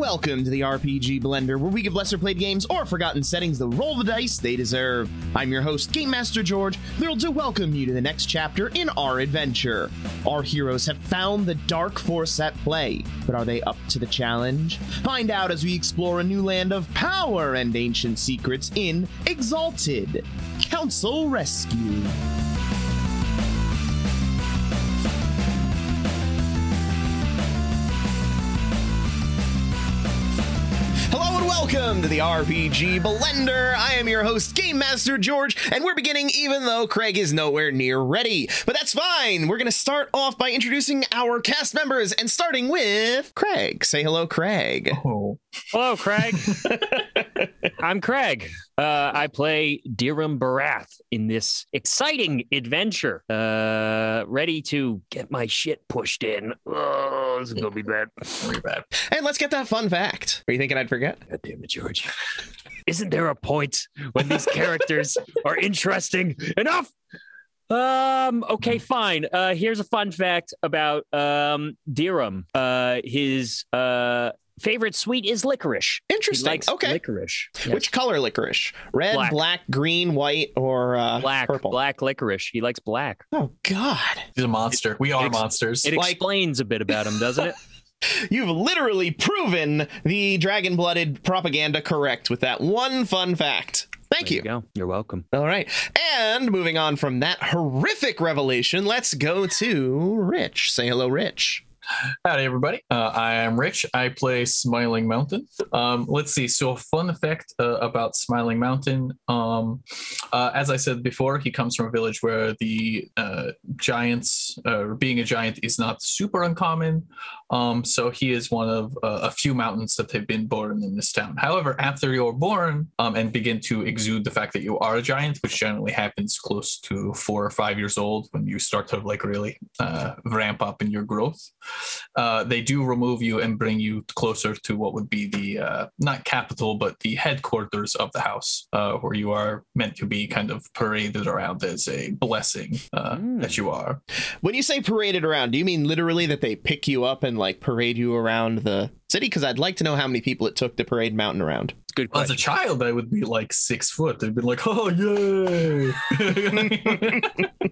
Welcome to the RPG Blender, where we give lesser played games or forgotten settings the roll the dice they deserve. I'm your host, Game Master George, thrilled to welcome you to the next chapter in our adventure. Our heroes have found the dark force at play, but are they up to the challenge? Find out as we explore a new land of power and ancient secrets in Exalted Council Rescue. Hello and welcome to the RPG Blender. I am your host, Game Master George, and we're beginning even though Craig is nowhere near ready. But that's fine. We're going to start off by introducing our cast members and starting with Craig. Say hello, Craig. Oh, Hello, Craig. I'm Craig. Uh, I play Dirham Barath in this exciting adventure. Uh, ready to get my shit pushed in. Oh, this is gonna be bad. very bad. And let's get that fun fact. Are you thinking I'd forget? God damn it, George. Isn't there a point when these characters are interesting enough? Um, okay, fine. Uh, here's a fun fact about um Dirham. Uh, his uh favorite sweet is licorice. He Interesting. likes okay. licorice. Yes. Which color licorice? Red, black, Black. green, white, or uh, black purple? black licorice he likes black Oh, God. He's a monster. We are Ex- monsters. it Like- explains a bit about him doesn't it You've literally proven the dragon blooded propaganda correct with that one fun fact. Thank There you. go you're welcome All right. And moving on from that horrific revelation, let's go to Rich. Say hello, Rich. Howdy, everybody. Uh, I am Rich. I play Smiling Mountain. Um, let's see. So, a fun fact uh, about Smiling Mountain. Um, uh, as I said before, he comes from a village where the uh, giants, uh, being a giant, is not super uncommon. Um, so, he is one of uh, a few mountains that have been born in this town. However, after you're born um, and begin to exude the fact that you are a giant, which generally happens close to four or five years old when you start to like really uh, ramp up in your growth, uh, they do remove you and bring you closer to what would be the uh, not capital but the headquarters of the house uh, where you are meant to be kind of paraded around as a blessing uh, Mm. that you are When you say paraded around, do you mean literally that they pick you up and like parade you around the city? Because I'd like to know how many people it took to parade Mountain around. it's a good as a question child i would be like six foot i'd be like oh yay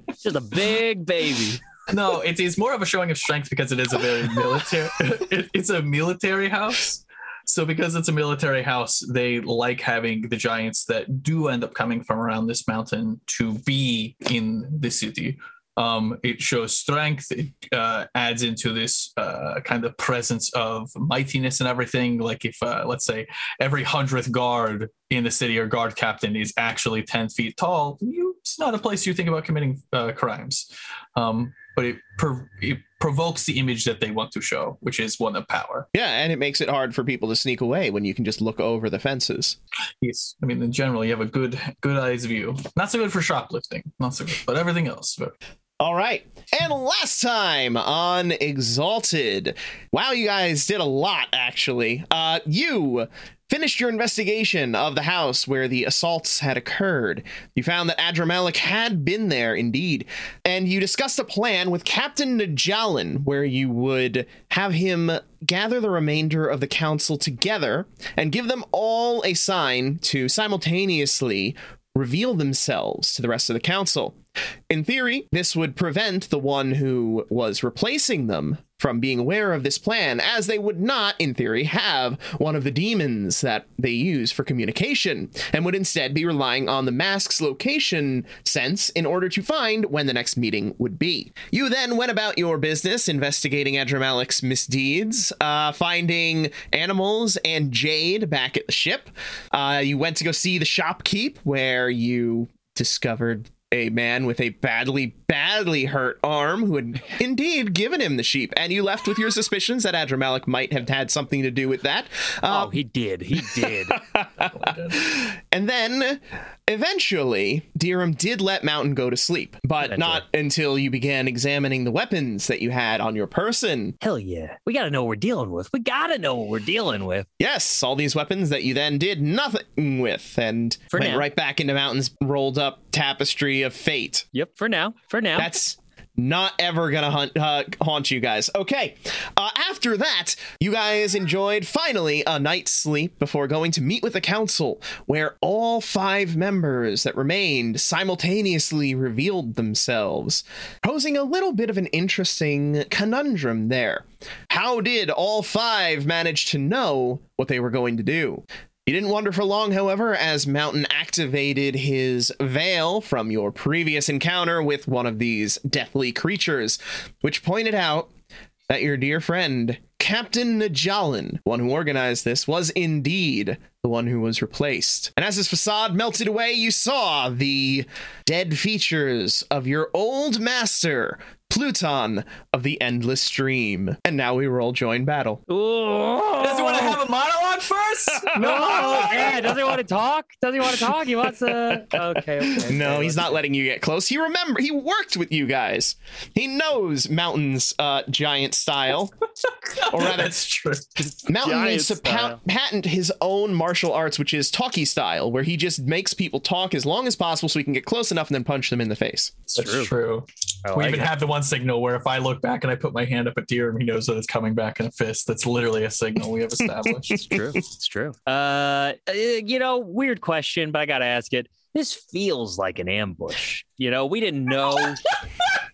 It's just a big baby no it is more of a showing of strength because it is a very military it, it's a military house so because it's a military house they like having the giants that do end up coming from around this mountain to be in the city um, it shows strength it uh, adds into this uh, kind of presence of mightiness and everything like if uh, let's say every hundredth guard in the city or guard captain is actually 10 feet tall you, it's not a place you think about committing uh, crimes um, but it, prov- it provokes the image that they want to show, which is one of power. Yeah, and it makes it hard for people to sneak away when you can just look over the fences. Yes, I mean in general, you have a good good eyes view. Not so good for shoplifting, not so good, but everything else. But All right. And last time on Exalted. Wow, you guys did a lot, actually. Uh, you finished your investigation of the house where the assaults had occurred. You found that Adramelech had been there, indeed. And you discussed a plan with Captain Najalan where you would have him gather the remainder of the council together and give them all a sign to simultaneously reveal themselves to the rest of the council. In theory, this would prevent the one who was replacing them from being aware of this plan, as they would not, in theory, have one of the demons that they use for communication, and would instead be relying on the mask's location sense in order to find when the next meeting would be. You then went about your business investigating Adramalik's misdeeds, uh, finding animals and Jade back at the ship. Uh, you went to go see the shopkeep, where you discovered a man with a badly, badly hurt arm who had indeed given him the sheep, and you left with your suspicions that Adramalik might have had something to do with that. oh Uh, he did he did and then, eventually, Dirham did let Mountain go to sleep, but Eventually. not until you began examining the weapons that you had on your person. hell yeah we gotta know what we're dealing with we gotta know what we're dealing with Yes, all these weapons that you then did nothing with, and For went now. right back into Mountain's rolled up tapestry of fate. yep for now for now That's not ever gonna hunt, uh, haunt you guys. Okay. Uh, after that, you guys enjoyed finally a night's sleep before going to meet with the council, where all five members that remained simultaneously revealed themselves, posing a little bit of an interesting conundrum there. How did all five manage to know what they were going to do? He didn't wonder for long, however, as Mountain activated his veil from your previous encounter with one of these deathly creatures, which pointed out that your dear friend, Captain Najalan, one who organized this, was indeed the one who was replaced. And as his facade melted away, you saw the dead features of your old master, Pluton of the Endless Stream. And now we will all join battle. Does he want to have a monologue first? no, yeah, doesn't he want to talk? Doesn't he want to talk? He wants to. Okay, okay. No, okay, he's not letting you get close. He remember he worked with you guys. He knows Mountain's uh, giant style, or rather, That's true. Mountain giant needs to pa- style. patent his own martial arts, which is talkie style, where he just makes people talk as long as possible so he can get close enough and then punch them in the face. That's true. true. Oh, I we like even it. have the one signal where if I look back and I put my hand up at deer and he knows that it's coming back in a fist, that's literally a signal we have established. It's true. It's true. Uh, uh, you know, weird question, but I gotta ask it. This feels like an ambush. You know, we didn't know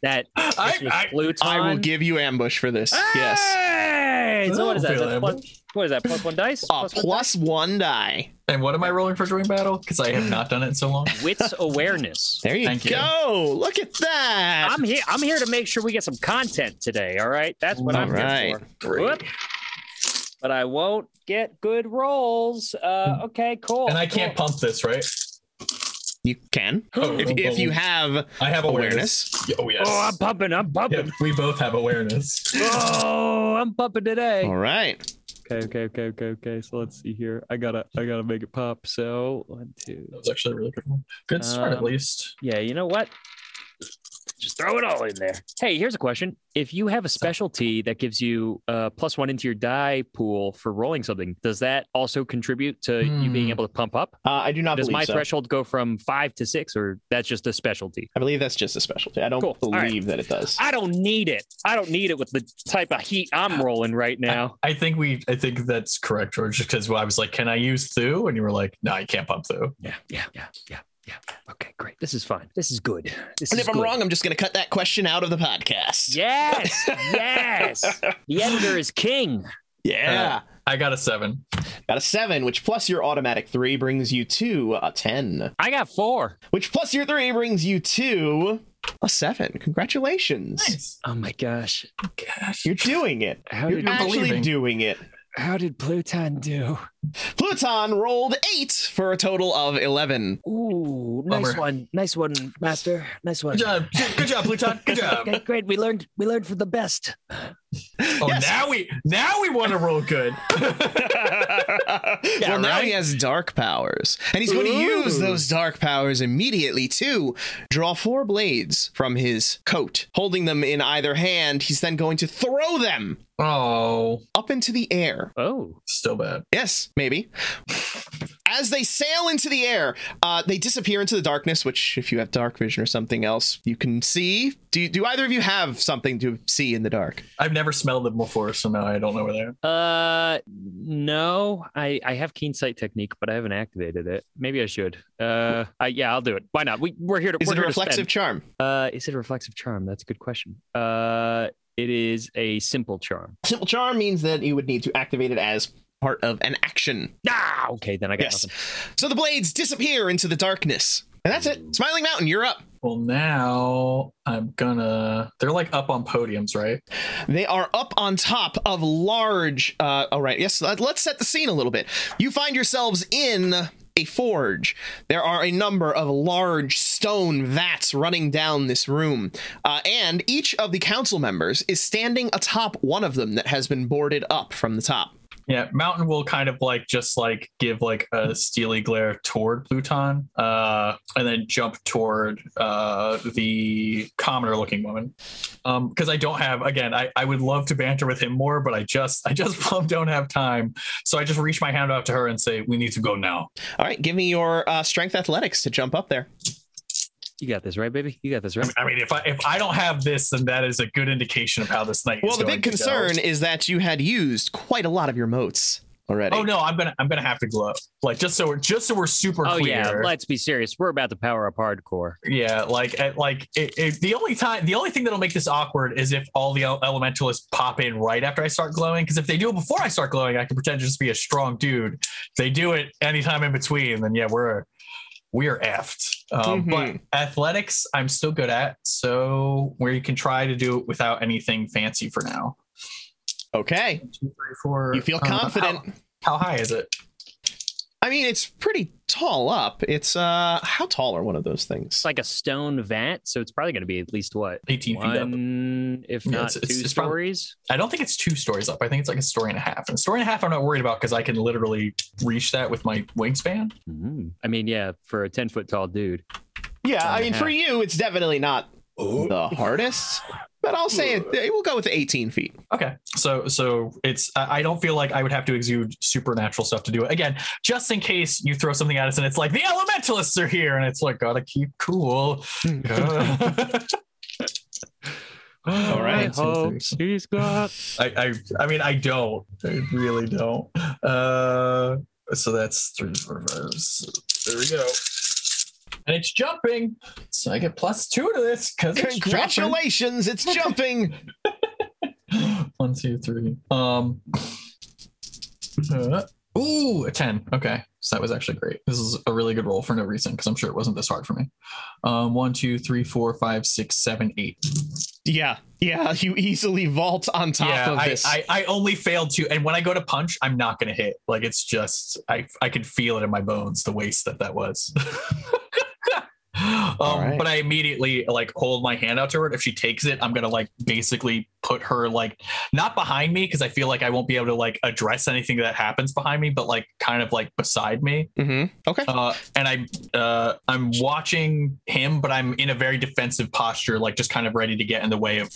that this I- was I- Pluton. I will give you ambush for this. Ah! Yes. Hey! So what is that? Feel Oh. That's one, what is that? Plus one dice. A Plus one Ah, plus one die. and what am I rolling for during battle? Because I have not done it in so long. dice. Wits awareness. There you Thank you. go. Look at that. I'm here. I'm here to make sure we get some content today. All right, that's what I'm Alright. here for. Whoop. But I won't get good rolls. Uh, okay, cool. And I can't cool. pump this, right? you can Oh, if, if you have I have awareness. awareness. Oh yes. Oh, I'm pumping. I'm Yep, pumping. we both have awareness. Oh, I'm pumping today. All right. Okay, okay, okay, okay, okay. So let's see here. I gotta, I gotta make it pop. So one, two. That was actually a really good one. Good start, at Um, least. Yeah, you know what? Just throw it all in there. Hey, here's a question: If you have a specialty that gives you uh, plus one into your die pool for rolling something, does that also contribute to you being Hmm. able to pump up? Uh, I do not Does believe my so. threshold go from five to six, or that's just a specialty? I believe that's just a specialty. I don't Cool. All believe right. that it does. I don't need it. I don't need it with the type of heat I'm rolling right now. I think we. I think that's correct, George. Because I was like, "Can I use Thu?" And you were like, "No, you can't pump Thu." Yeah, yeah, yeah, yeah, yeah. Okay, great. This is fine. This is good. This and is if I'm good. wrong, I'm just going to cut that question out of the podcast. Yes, yes. The editor is king. Yeah. I got a seven. Got Uh, a seven, which plus your automatic three brings you to a 10, I got four. which plus your three brings you to a seven. Congratulations. Nice. Oh my gosh. Gosh. You're doing it. How You're did You're actually believing. doing it. how did Pluton do? Pluton rolled eight for a total of 11. Ooh, nice Bummer. one. Nice one, master. Nice one. Good job. Good job, Pluton. Good job. Okay, great. We learned we learned from the best. Oh, Yes. now we now we want to roll good. well, now right? he has dark powers, and he's going to use Ooh. those dark powers immediately to draw four blades from his coat. Holding them in either hand, he's then going to throw them oh, up into the air. Oh. still bad. Yes, maybe. As they sail into the air, uh, they disappear into the darkness. Which, if you have dark vision or something else, you can see. Do do either of you have something to see in the dark? I've never smelled them before, so now I don't know where they are. Uh no. I I have keen sight technique, but I haven't activated it. Maybe I should. Uh I, yeah, I'll do it. Why not? We we're here to Is we're it a here to reflexive spend. charm? Uh, is it a reflexive charm? That's a good question. Uh, it is a simple charm. Simple charm means that you would need to activate it as part of an action. Ah, okay, then I got Yes. nothing. So the blades disappear into the darkness. And that's it. Smiling Mountain, you're up. Well, now I'm gonna. They're like up on podiums, right? They are up on top of large. Uh, all right, yes, let- let's set the scene a little bit. You find yourselves in a forge. There are a number of large stone vats running down this room. Uh, and each of the council members is standing atop one of them that has been boarded up from the top. Yeah, Mountain will kind of like just like give like a steely glare toward Pluton, uh, and then jump toward uh, the commoner looking woman. Um, because I don't have again, I, I would love to banter with him more, but I just I just plumb don't have time. So I just reach my hand out to her and say, We need to go now. All right, give me your uh, strength athletics to jump up there. You got this, right, baby? You got this, right? I mean, if I if I don't have this, then that is a good indication of how this night. Well, is the going big to go. concern is that you had used quite a lot of your motes already. Oh no, I'm gonna I'm gonna have to glow. Like just so we're just so we're super Oh clear. yeah, let's be serious. We're about to power up hardcore. Yeah, like at, like it, it, the only time the only thing that'll make this awkward is if all the el- elementalists pop in right after I start glowing. Because if they do it before I start glowing, I can pretend to just be a strong dude. If they do it anytime in between, then yeah, we're we are effed. Mhm. Um, But athletics, I'm still good at, so where you can try to do it without anything fancy for now. Okay. Two, three, four. You feel uh, how- confident. How, high is it? I mean, it's pretty tall up. It's uh how tall are one of those things? It's like a stone vat, so it's probably going to be at least what 18 feet up. one, if Yeah, not it's- it's- two it's probably- stories. I don't think it's two stories up. I think it's like a story and a half. And a story and a half, I'm not worried about because I can literally reach that with my wingspan. Mhm. I mean, yeah, for a ten foot tall dude. yeah, I and a mean, for half. you, it's definitely not the hardest, but I'll say it, we'll go with 18 feet. Okay, so so it's I I don't feel like I would have to exude supernatural stuff to do it again, just in case you throw something at us and it's like the elementalists are here, and it's like gotta keep cool. I, All I right. hope she's got. I I mean I don't, I really don't. Uh, so that's three four five. So there we go. And it's jumping, so I get plus two to this because Congratulations, it's jumping. One, two, three. Um. uh, ooh, a ten. Okay, so that was actually great. This is a really good roll for no reason because I'm sure it wasn't this hard for me. Um, one, two, three, four, five, six, seven, eight. yeah, yeah, you easily vault on top yeah, of I, this. I I only failed to, and when I go to punch, I'm not gonna hit. Like it's just I I could feel it in my bones the waste that that was. Um, right. But I immediately like hold my hand out to her. If she takes it, I'm gonna like basically put her like not behind me because I feel like I won't be able to like address anything that happens behind me, but like kind of like beside me. Mhm. Okay. Uh, and I uh, I'm watching him, but I'm in a very defensive posture, like just kind of ready to get in the way of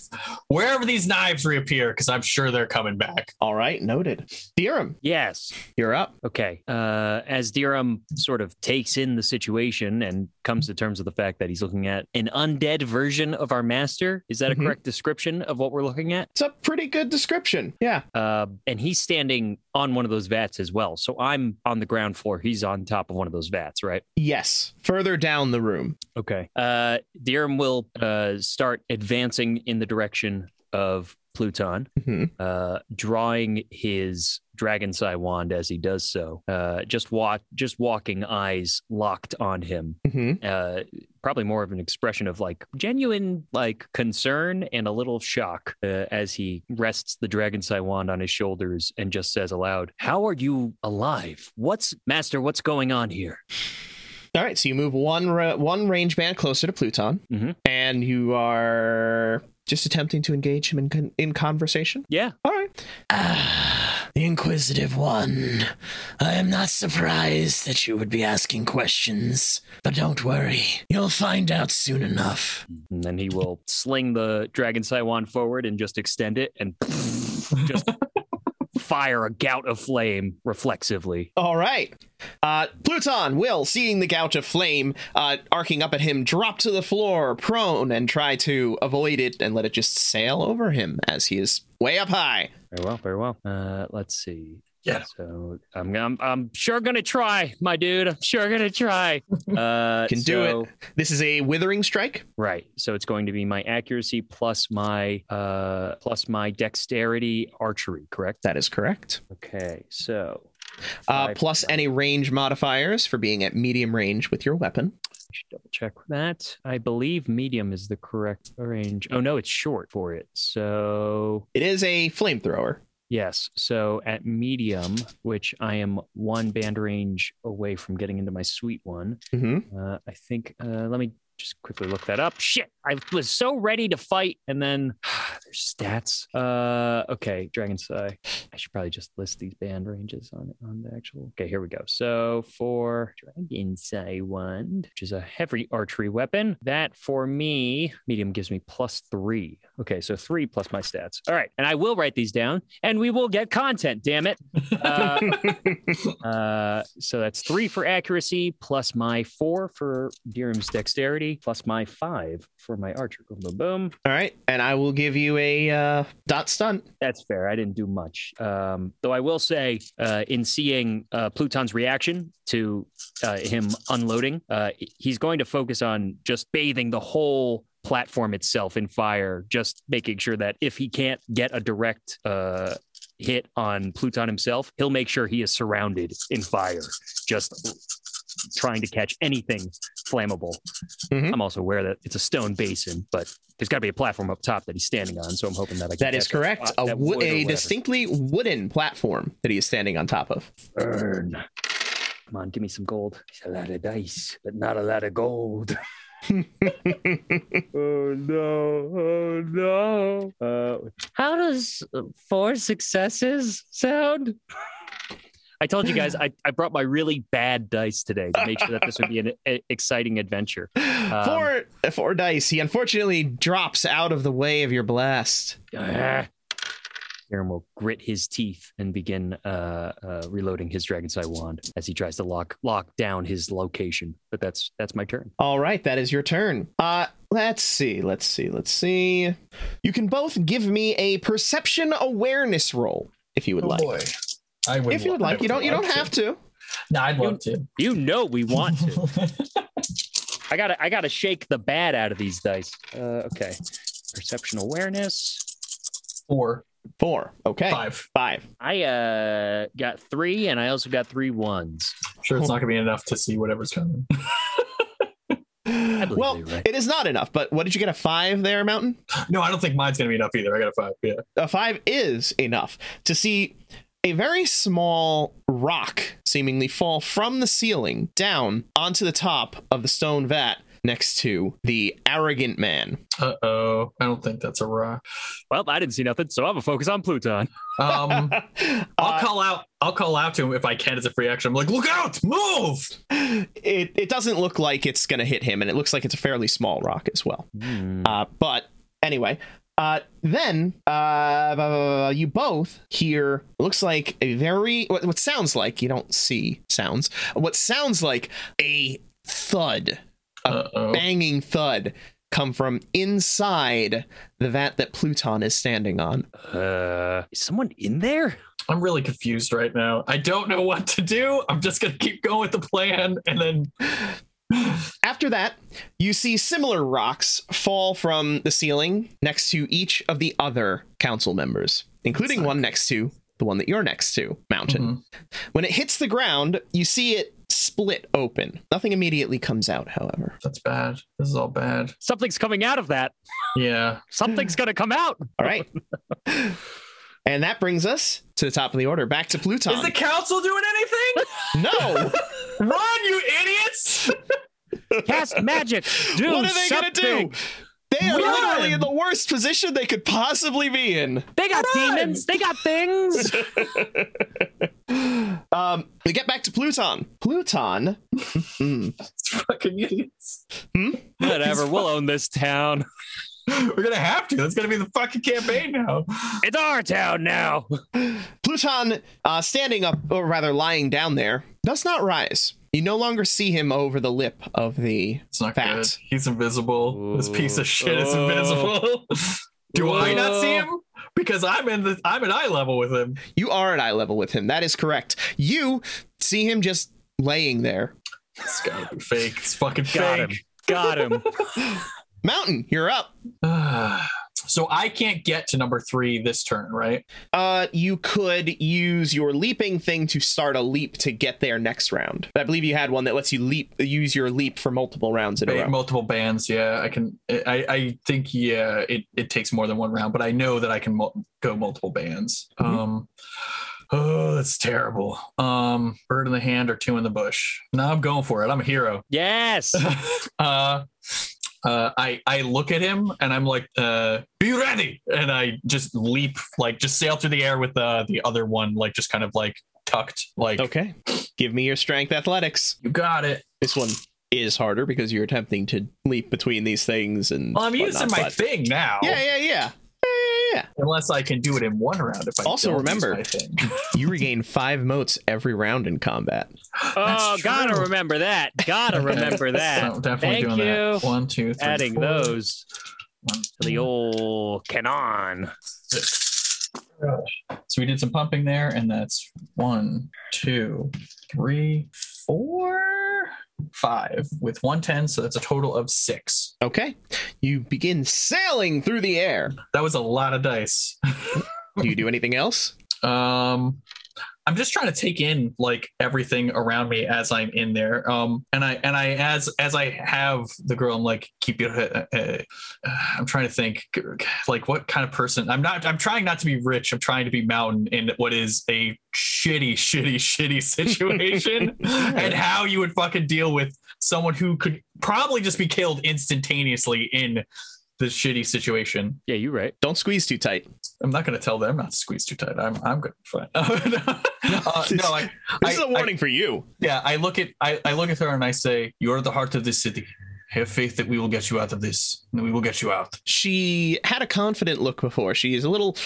wherever these knives reappear, because I'm sure they're coming back. All right, noted. Theorem, Yes. you're up. Okay. Uh, as Dirham sort of takes in the situation and comes to terms with the fact that he's looking at an undead version of our master, is Mhm. that Mm-hmm. a correct description of what we're looking at? It's a pretty good description. Yeah. Uh, and he's standing on one of those vats as well. So I'm on the ground floor. He's on top of one of those vats, right? Yes. Further down the room. Okay. Uh, Dirham will uh, start advancing in the direction of Pluton, Mhm. uh, drawing his dragon sai wand as he does so. Uh, just walk, just walking, eyes locked on him. hmm Uh, probably more of an expression of like genuine like concern and a little shock uh, as he rests the dragon sai wand on his shoulders and just says aloud, "How are you alive? What's master? What's going on here?" All right, so you move one ra- one range band closer to Pluton, Mhm. and you are just attempting to engage him in con- in conversation. Yeah. All right. Ah, the Inquisitive One. I am not surprised that you would be asking questions, but don't worry, you'll find out soon enough. And then he will sling the dragon saiwan forward and just extend it and just fire a gout of flame reflexively. All right. Uh, Pluton will, seeing the gout of flame uh, arcing up at him, drop to the floor, prone, and try to avoid it and let it just sail over him as he is way up high. Very well, very well. Uh, let's see. Yeah. So I'm, I'm I'm sure gonna try, my dude. I'm sure gonna try. Uh, Can do it. This is a withering strike. Right. So it's going to be my accuracy plus my uh plus my dexterity archery. Correct. That is correct. Okay. So Uh, five- plus any range modifiers for being at medium range with your weapon. should double check that. I believe medium is the correct range. Oh no, it's short for it. So It is a flamethrower. yes, so at medium, which I am one band range away from getting into my sweet one. hmm Uh, I think. Uh, let me just quickly look that up. Shit, I was so ready to fight, and then there's stats. Uh, okay, Dragon Sigh. I should probably just list these band ranges on on the actual. Okay, here we go. So for Dragon Sigh wand, which is a heavy archery weapon, that for me medium gives me plus three. Okay, so three plus my stats. All right, and I will write these down, and we will get content. Damn it. Uh, uh, so that's three for accuracy plus my four for Dirham's dexterity thirty plus my five for my archer. Boom, boom, boom. All right, and I will give you a uh, dot stunt. That's fair. I didn't do much. Um, though I will say, uh, in seeing uh, Pluton's reaction to uh, him unloading, uh, he's going to focus on just bathing the whole platform itself in fire, just making sure that if he can't get a direct uh, hit on Pluton himself, he'll make sure he is surrounded in fire, just trying to catch anything flammable. Mhm. I'm also aware that it's a stone basin, but there's got to be a platform up top that he's standing on. So I'm hoping that I can That is catch it. correct. Uh, A, that wo- wood or a whatever. distinctly wooden platform that he is standing on top of. burn. Come on, give me some gold. It's a lot of dice, but not a lot of gold. oh no! Oh no! Uh, How does uh, four successes sound? I told you guys I, I brought my really bad dice today to make sure that this would be an e- exciting adventure. four four dice. He unfortunately drops out of the way of your blast. Ah. Aaron will grit his teeth and begin uh, uh, reloading his dragon's eye wand as he tries to lock lock down his location. But that's that's my turn. All right, that is your turn. Uh let's see, let's see, let's see. You can both give me a perception awareness roll if you would Oh like. boy. I would If you would like, you don't you don't have to. No, I'd love to. You know we want to. I gotta I gotta shake the bad out of these dice. Uh, okay. Perception awareness. Four, Four. Okay. five. Five. I uh got three and I also got three ones. Sure, it's not gonna be enough to see whatever's coming. believe Well, you, right? it is not enough, but what did you get a five there, Mountain? No, I don't think mine's gonna be enough either. I got a five. Yeah. a five is enough to see a very small rock seemingly fall from the ceiling down onto the top of the stone vat next to the arrogant man. Uh oh. I don't think that's a raw. Well, I didn't see nothing, so I'm gonna focus on Pluton. Um I'll Uh, call out. I'll call out to him if I can as a free action. I'm like, look out, move. it, it doesn't look like it's going to hit him, and it looks like it's a fairly small rock as well. Hmm. Uh, but anyway, uh, then uh, blah, blah, blah, blah, you both hear looks like a very what, what sounds like you don't see sounds. What sounds like a thud, a Uh oh. banging thud, come from inside the vat that Pluton is standing on. Uh, is someone in there? I'm really confused right now. I don't know what to do. I'm just gonna keep going with the plan, and then After that, you see similar rocks fall from the ceiling next to each of the other council members, including one next to the one that you're next to, Mountain. Mm-hmm. Mhm. When it hits the ground, you see it split open. Nothing immediately comes out, however. that's bad. This is all bad. Something's coming out of that. Yeah. Something's gonna come out. All right. and that brings us to the top of the order. Back to Pluton. Is the council doing anything? no. Run, you idiots! Cast magic. Do what are they something. gonna do? They are Run! literally in the worst position they could possibly be in. They got Run! demons. They got things. Um, we get back to Pluton. Pluton. Mm. It's fucking idiots. Whatever. We'll own this town. We're gonna have to. That's gonna be the fucking campaign now. It's our town now. Pluton, uh, standing up, or rather lying down there, does not rise. You no longer see him over the lip of the It's not Fat. good. He's invisible. This piece of shit is Ooh. invisible. Do I not see Ooh. him? Because I'm in the I'm at eye level with him. You are at eye level with him. That is correct. You see him just laying there. It's gotta be fake. It's fucking Got fake. him. Got him. Mountain, you're up. so I can't get to number three this turn, right? Uh, you could use your leaping thing to start a leap to get there next round. I believe you had one that lets you leap, use your leap for multiple rounds in a Ba- row. multiple bands, yeah. I can. I I think yeah. It, it takes more than one round, but I know that I can mul- go multiple bands. Mm-hmm. Um. Oh, that's terrible. Um, bird in the hand or two in the bush. No, I'm going for it. I'm a hero. Yes. uh, uh, I I look at him and I'm like, uh, "Be ready!" And I just leap, like just sail through the air with uh, the other one, like just kind of like tucked, like Okay, give me your strength athletics. you got it. This one is harder because you're attempting to leap between these things and. Well, I'm whatnot, using my but- thing now. Yeah, yeah, yeah. Yeah, yeah, Yeah. Unless I can do it in one round. If I Also don't use remember- my thing. You regain five motes every round in combat. Oh, That's gotta true. remember that. Gotta remember that. So definitely Thank doing that. you. One, two, three, Adding four, those one, to the old canon. six. So we did some pumping there, and that's one, two, three, four, five with 110. So that's a total of six. Okay. You begin sailing through the air. That was a lot of dice. Do you do anything else? Um, I'm just trying to take in like everything around me as I'm in there. Um, and I and I as as I have the girl, I'm like keep your. head- Uh, uh, I'm trying to think like what kind of person. I'm not. I'm trying not to be rich. I'm trying to be mountain in what is a shitty, shitty, shitty situation, and how you would fucking deal with someone who could probably just be killed instantaneously in this shitty situation. Yeah, you're right. Don't squeeze too tight. I'm not going to tell them not to squeeze too tight. I'm I'm going to fine. uh, no, I, This is I- a warning for you. I- yeah, I look at I, I look at her and I say, "You are the heart of this city. Have faith that we will get you out of this, and we will get you out." She had a confident look before. She is a little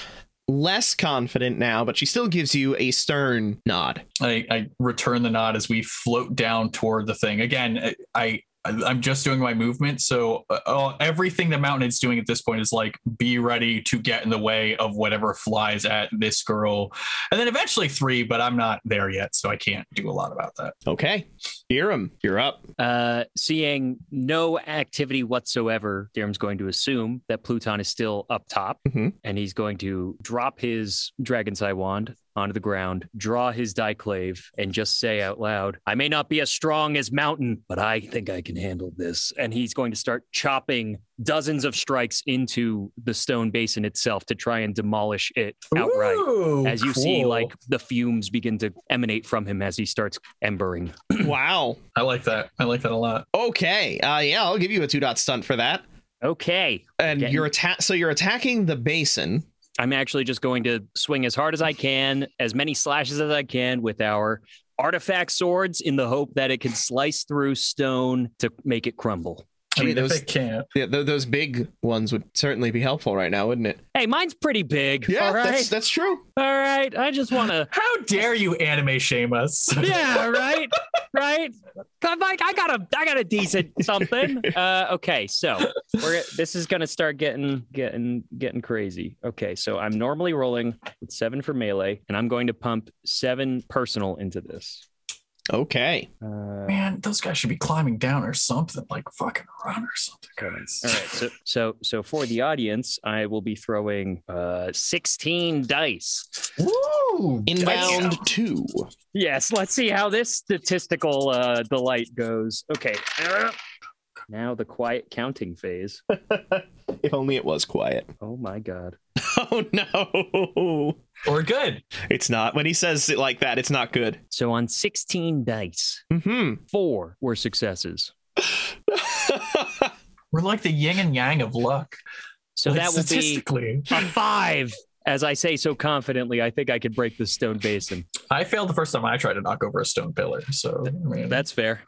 less confident now, but she still gives you a stern nod. I, I return the nod as we float down toward the thing. Again, I, I I'm just doing my movement, so uh, oh, everything the mountain is doing at this point is like be ready to get in the way of whatever flies at this girl, and then eventually three. But I'm not there yet, so I can't do a lot about that. Okay. Dirham, you're up. Uh, seeing no activity whatsoever, Darren's going to assume that Pluton is still up top, Mm-hmm. Mhm. and he's going to drop his dragon's eye wand onto the ground, draw his diclave, and just say out loud, "I may not be as strong as Mountain, but I think I can handle this." And he's going to start chopping dozens of strikes into the stone basin itself to try and demolish it outright. Ooh, As you see, cool. like the fumes begin to emanate from him as he starts embering. wow. I like that. I like that a lot. Okay. Uh, yeah, I'll give you a two dot stunt for that. Okay, And Okay. you're atta- so you're attacking the basin. I'm actually just going to swing as hard as I can, as many slashes as I can with our artifact swords in the hope that it can slice through stone to make it crumble. I mean, Gee, if those- it can't. Yeah, th- those big ones would certainly be helpful right now, wouldn't it? Hey, mine's pretty big. Yeah, all right. that's that's true. All right. I just want to. How dare you anime shame us? Yeah, right. Right. I'm like, I got a, I got a decent something. Uh, okay, so we're this is gonna start getting, getting, getting crazy. Okay, so I'm normally rolling with seven for melee, and I'm going to pump seven personal into this. Okay. Uh, Man, those guys should be climbing down or something, like fucking run or something, guys. All right, so so so for the audience, I will be throwing uh 16 dice. Woo! Inbound Like, two. Yes, let's see how this statistical uh delight goes. Okay. Now the quiet counting phase. If only it was quiet. Oh my god. Oh no. We're good. It's not. When he says it like that, it's not good. So on 16 dice, hmm four were successes. We're like the yin and yang of luck. So Like, that will be statistically. a five. As I say so confidently, I think I could break this stone basin. I failed the first time I tried to knock over a stone pillar. So I mean, That's fair.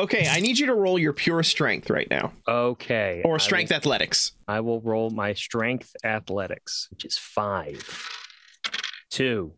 okay, I need you to roll your pure strength right now, Okay. I or will- strength athletics. I will roll my strength athletics, which is five. Two.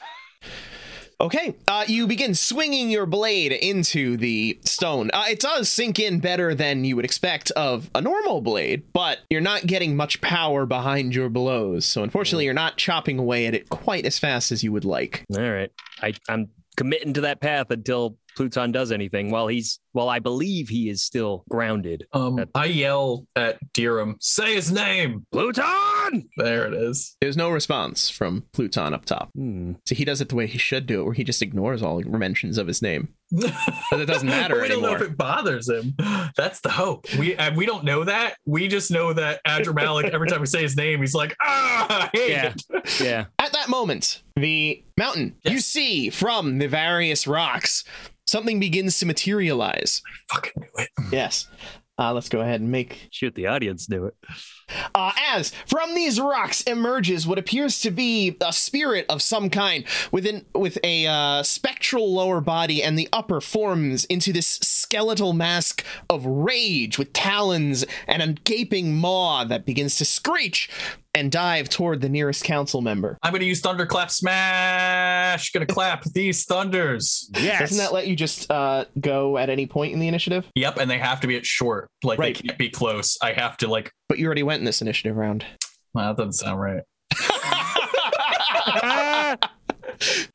Okay, uh, you begin swinging your blade into the stone. Uh, it does sink in better than you would expect of a normal blade, but you're not getting much power behind your blows. So, Mm. unfortunately, you're not chopping away at it quite as fast as you would like. All right. I, I'm committing to that path until Pluton does anything while he's while I believe he is still grounded. um, I yell at Dirham, say his name. Pluton! There it is. There's no response from Pluton up top. Hmm. So, he does it the way he should do it, where he just ignores all mentions of his name. But it doesn't matter we don't know if anymore. it bothers him. That's the hope. We uh, we don't know that. We just know that Andrew Malik. Every time we say his name, he's like, ah, I hate Yeah. it." Yeah. At that moment, the mountain you Yes. see from the various rocks, something begins to materialize. Fucking knew it. Yes. Uh, let's go ahead and make. Shoot, the audience knew it. Uh, as from these rocks emerges what appears to be a spirit of some kind, with an, with a uh, spectral lower body, and the upper forms into this skeletal mask of rage, with talons and a gaping maw that begins to screech and dive toward the nearest council member. I'm gonna use thunderclap smash. Gonna clap these thunders. Yes. Doesn't that let you just uh, go at any point in the initiative? Yep, and they have to be at short. Like Right. they can't be close. I have to like. But you already went in this initiative round. Nah, that doesn't sound right. Ah!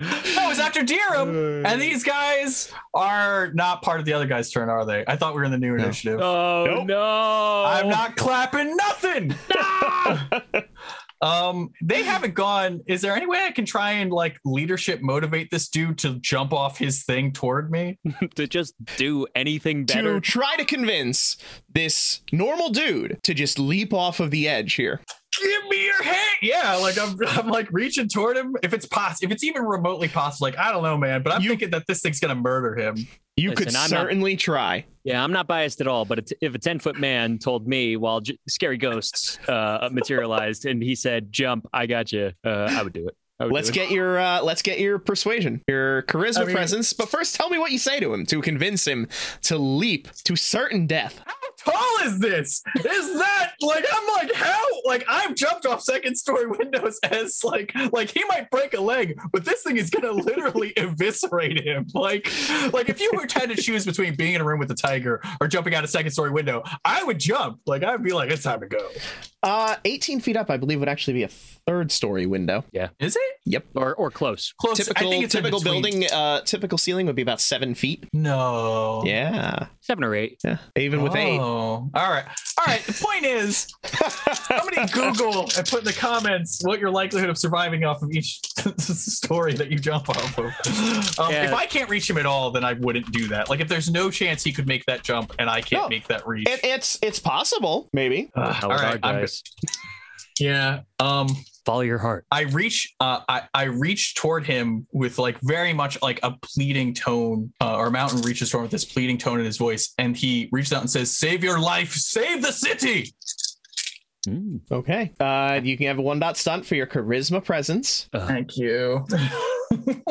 Oh, it's after Dirham, Mm. and these guys are not part of the other guy's turn, are they? I thought we were in the new No. initiative. Oh Nope. no! I'm not clapping nothing. Ah! um, they haven't gone. Is there any way I can try and like leadership motivate this dude to jump off his thing toward me? to just do anything to better. try to convince this normal dude to just leap off of the edge here. Give me your hand. Yeah, like I'm, I'm like reaching toward him. If it's pos, if it's even remotely possible, like I don't know, man. But I'm You- thinking that this thing's gonna murder him. You Listen, could I'm not- certainly try. Yeah, I'm not biased at all. But it's, if a ten foot man told me while j- scary ghosts uh, materialized and he said jump, I got you. Uh, I would do it. I would Let's do it. get your uh, let's get your persuasion, your charisma Oh, I mean- presence. But first, tell me what you say to him to convince him to leap to certain death. How tall is this? Is that like I'm like how like I've jumped off second story windows as like like he might break a leg, but this thing is gonna literally eviscerate him. Like like if you were trying to choose between being in a room with a tiger or jumping out a second story window, I would jump. Like I'd be like, it's time to go. Uh, 18 feet up, I believe, would actually be a third story window. Is it or or close. close? typical in typical between. building, uh, typical ceiling would be about seven feet. No. Yeah, Seven or eight. yeah. Even with eight, Oh, all right, all right. The point is, somebody Google and put in the comments what your likelihood of surviving off of each story that you jump off of. Um, Yeah. If I can't reach him at all, then I wouldn't do that. Like if there's no chance he could make that jump and I can't No. make that reach. it, it's it's possible, maybe. Ugh, How all was right, our I'm, dice? yeah. Um, Follow your heart. I reach, uh, I I reach toward him with like very much like a pleading tone, uh, or Mountain reaches toward him with this pleading tone in his voice, and he reaches out and says, "Save your life, save the city." Mm. Okay. Uh, you can have a one dot stunt for your charisma presence, Thank you.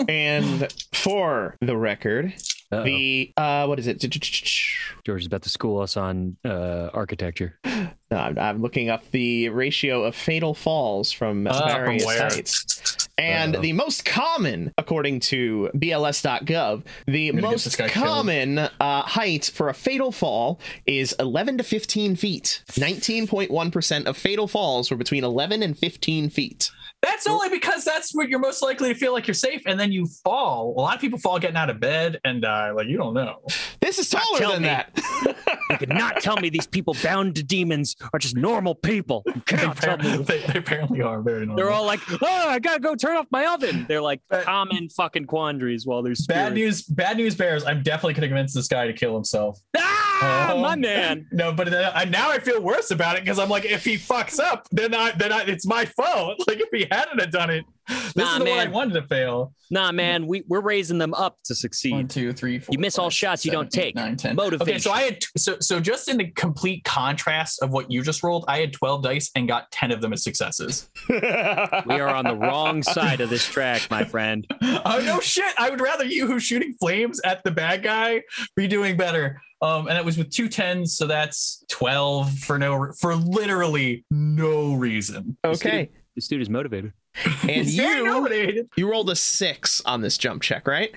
and for the record, Uh-oh. the uh, what is it? George is about to school us on uh, architecture. No, I'm, I'm looking up the ratio of fatal falls from Ah, from various where? sites. And Uh-oh. the most common, according to BLS.gov, the gonna get this most guy killed. common uh, height for a fatal fall is 11 to 15 feet. 19.1% of fatal falls were between 11 and 15 feet. That's only because that's where you're most likely to feel like you're safe, and then you fall. A lot of people fall getting out of bed and die. Like you don't know. This is taller tell than me. that. You could not tell me these people bound to demons are just normal people. You They, cannot tell apparently, me. they, they apparently are very normal. They're all like, oh, I gotta go turn off my oven. They're like But- common fucking quandaries while they're Uh, bad news. Bad news bears. I'm definitely gonna convince this guy to kill himself. Ah, Oh. my man. No, but then I, now I feel worse about it because I'm like, if he fucks up, then I then I, it's my fault. Like if he hadn't have done it, this Nah, is the one man. I wanted to fail. Nah, man, we, we're raising them up to succeed. two, three, four. You miss all shots you don't take. Motivation. Okay, so I had so so just in the complete contrast of what you just rolled, I had twelve dice and got ten of them as successes. we are on the wrong side of this track, my friend. oh no shit! I would rather you who's shooting flames at the bad guy be doing better. Um, and it was with two tens, so that's twelve for no for literally no reason. okay. This dude is motivated. And Is there you, nominated? you rolled a six on this jump check, right?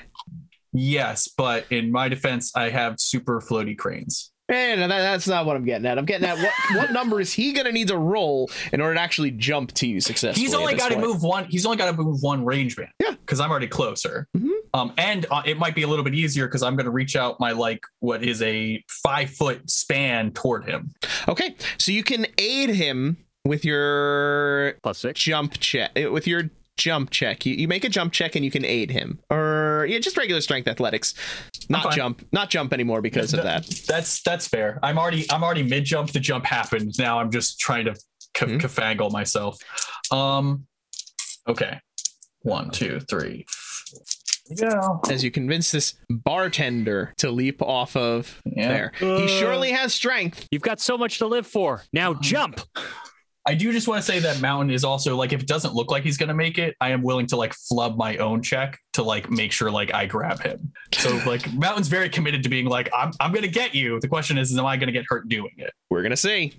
Yes, but in my defense, I have super floaty cranes. Eh, no, that, that's not what I'm getting at. I'm getting at what, what number is he going to need to roll in order to actually jump to you successfully? he's only got got to move one. He's only got to move one range band. Yeah. because I'm already closer. Mhm. Um, and uh, it might be a little bit easier because I'm going to reach out my like what is a five foot span toward him. Okay, so you can aid him with your Plus six. jump check. eh, With your jump check, you, you make a jump check and you can aid him, or yeah, just regular strength athletics, not fine. jump, not jump anymore because of that. That's that's fair. I'm already I'm already mid jump. The jump happened. Now I'm just trying to ca- Mhm. cafangle myself. Um, okay, one, two, three. Yeah. As you convince this bartender to leap off of Yeah. there, Uh, he surely Uh-huh. has strength. You've got so much to live for. Now jump. I do just want to say that Mountain is also like if it doesn't look like he's gonna make it, I am willing to like flub my own check to like make sure like I grab him. So like Mountain's very committed to being like I'm I'm gonna get you. The question is, am I gonna get hurt doing it? We're gonna see.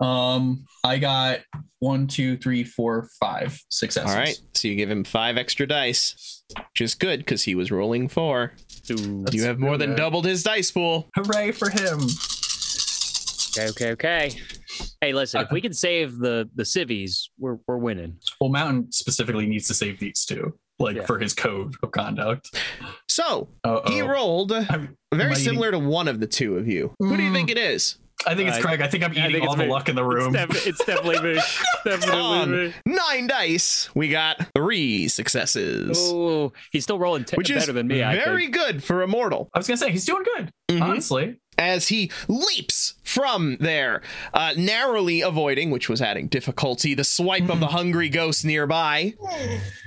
Um, I got one, two, three, four, five successes. All right. So you give him five extra dice, which is good because he was rolling four. Okay, you That's have more real than good. doubled his dice pool. Hooray for him. okay, okay. Hey, listen, if we can save the the civvies, we're we're winning. Well, Mountain specifically needs to save these two, like Yeah. for his code of conduct. So Uh-oh. Oh. he rolled I'm- very I eating- similar to one of the two of you. Who do you Mm. think it is? I think it's Uh, Craig. I think I'm I eating think it's all the me. luck in the room. it's definitely me. On. Definitely me. Nine dice. We got three successes, Oh, he's still rolling ten which is better than me. I very think. good for a mortal. I was gonna say he's doing good. Mhm. Mm-hmm. Honestly, as he leaps from there, uh, narrowly avoiding, which was adding difficulty, the swipe of the hungry ghost nearby.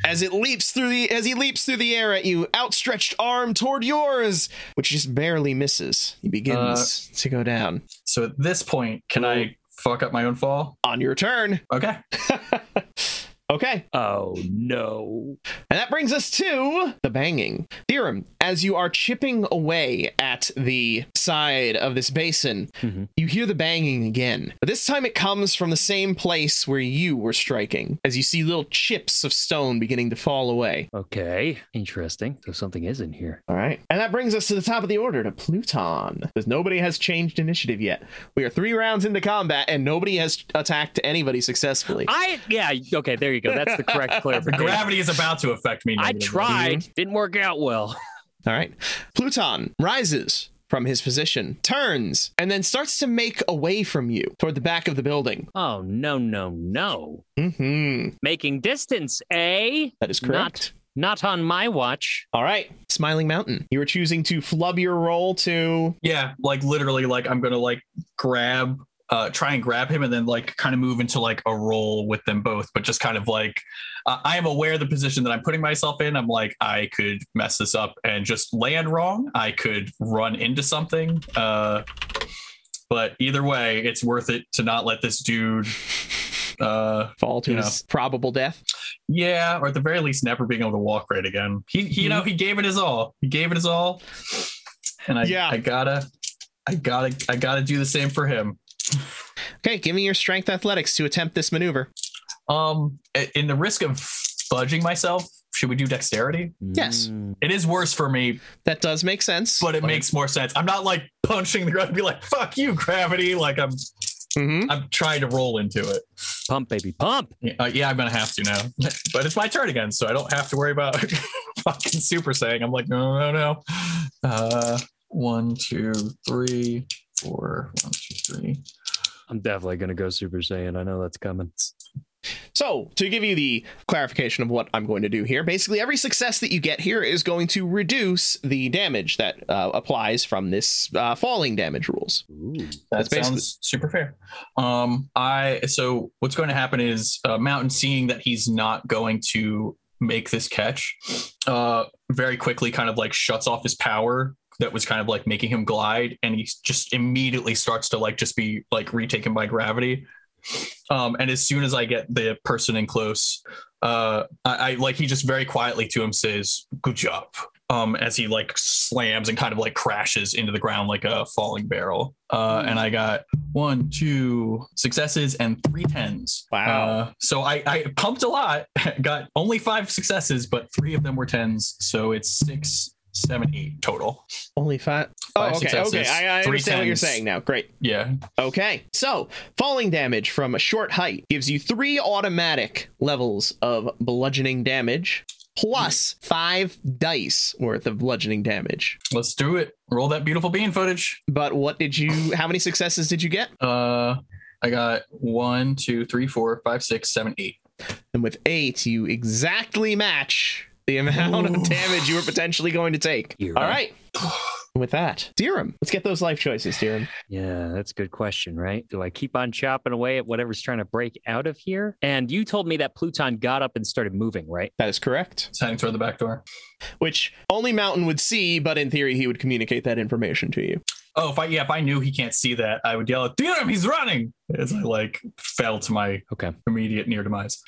As it leaps through the as he leaps through the air at you, outstretched arm toward yours, which just barely misses. He begins to go down. so at this point, can I fuck up my own fall? On your turn. Okay. Okay. Oh no. And that brings us to the banging. Theorem, as you are chipping away at the side of this basin, Mhm. you hear the banging again. But this time it comes from the same place where you were striking, as you see little chips of stone beginning to fall away. Okay, interesting. So something is in here. All right. And that brings us to the top of the order to Pluton, because nobody has changed initiative yet. We are three rounds into combat, and nobody has attacked anybody successfully. I yeah. Okay, there you go. That's the correct The clarification. gravity is about to affect me. I negatively. tried. Didn't work out well. All right. Pluton rises from his position, turns, and then starts to make away from you toward the back of the building. Oh no no no. hmm Making distance, eh? That is correct. Not on my watch. All right. Smiling Mountain. You are choosing to flub your roll to. Yeah, like literally, like I'm gonna like grab, uh, try and grab him, and then like kind of move into like a roll with them both, but just kind of like uh, I am aware of the position that I'm putting myself in. I'm like I could mess this up and just land wrong. I could run into something. Uh, but either way, it's worth it to not let this dude. Uh, Fall to Yeah. his probable death. yeah, or at the very least, never being able to walk right again. He, he you know, he gave it his all. He gave it his all, and I, Yeah. I gotta, I gotta, I gotta do the same for him. Okay, give me your strength athletics to attempt this maneuver. Um, i- in the risk of fudging myself, should we do dexterity? Yes. Mm. It is worse for me, That does make sense. but it makes more sense. I'm not like punching the ground and be like, "Fuck you, gravity!" Like I'm, Mhm. I'm trying to roll into it. Pump, baby, pump. Yeah, Uh, yeah, I'm gonna have to now, but it's my turn again, so I don't have to worry about fucking Super Saiyan. I'm like, no, no, no. Uh, one, two, three, four. One, two, three. I'm definitely gonna go Super Saiyan. I know that's coming. So, to give you the clarification of what I'm going to do here, basically every success that you get here is going to reduce the damage that uh, applies from this uh, falling damage rules. Ooh. That That's basically- sounds super fair. Um, I so what's going to happen is uh, Mountain seeing that he's not going to make this catch, uh, very quickly kind of like shuts off his power that was kind of like making him glide, and he just immediately starts to like just be like retaken by gravity. Um, and as soon as I get the person in close, uh, I, I like he just very quietly to him says, "Good job." um, as he like slams and kind of like crashes into the ground like a falling barrel. Uh, and I got one, two successes and three tens. Wow. Uh, so I, I pumped a lot, got only five successes, but three of them were tens. So it's six, seven, eight total. Only five. Oh, Five okay, successes, okay. I, I three understand what you're tens. saying now. Great. Yeah. Okay, so falling damage from a short height gives you three automatic levels of bludgeoning damage, plus five dice worth of bludgeoning damage. Let's do it. Roll that beautiful bean footage. But what did you? How many successes did you get? Uh, I got one, two, three, four, five, six, seven, eight. And with eight, you exactly match the amount Ooh. of damage you were potentially going to take. You're All right. right. With that, Deerham, let's get those life choices, Deerham. Yeah, that's a good question, right? Do I keep on chopping away at whatever's trying to break out of here? And you told me that Pluton got up and started moving, right? That is correct. It's heading toward the back door. Which only Mountain would see, but in theory, he would communicate that information to you. Oh, if I yeah, if I knew he can't see that, I would yell at him. He's running as I like fell to my Okay. immediate near demise.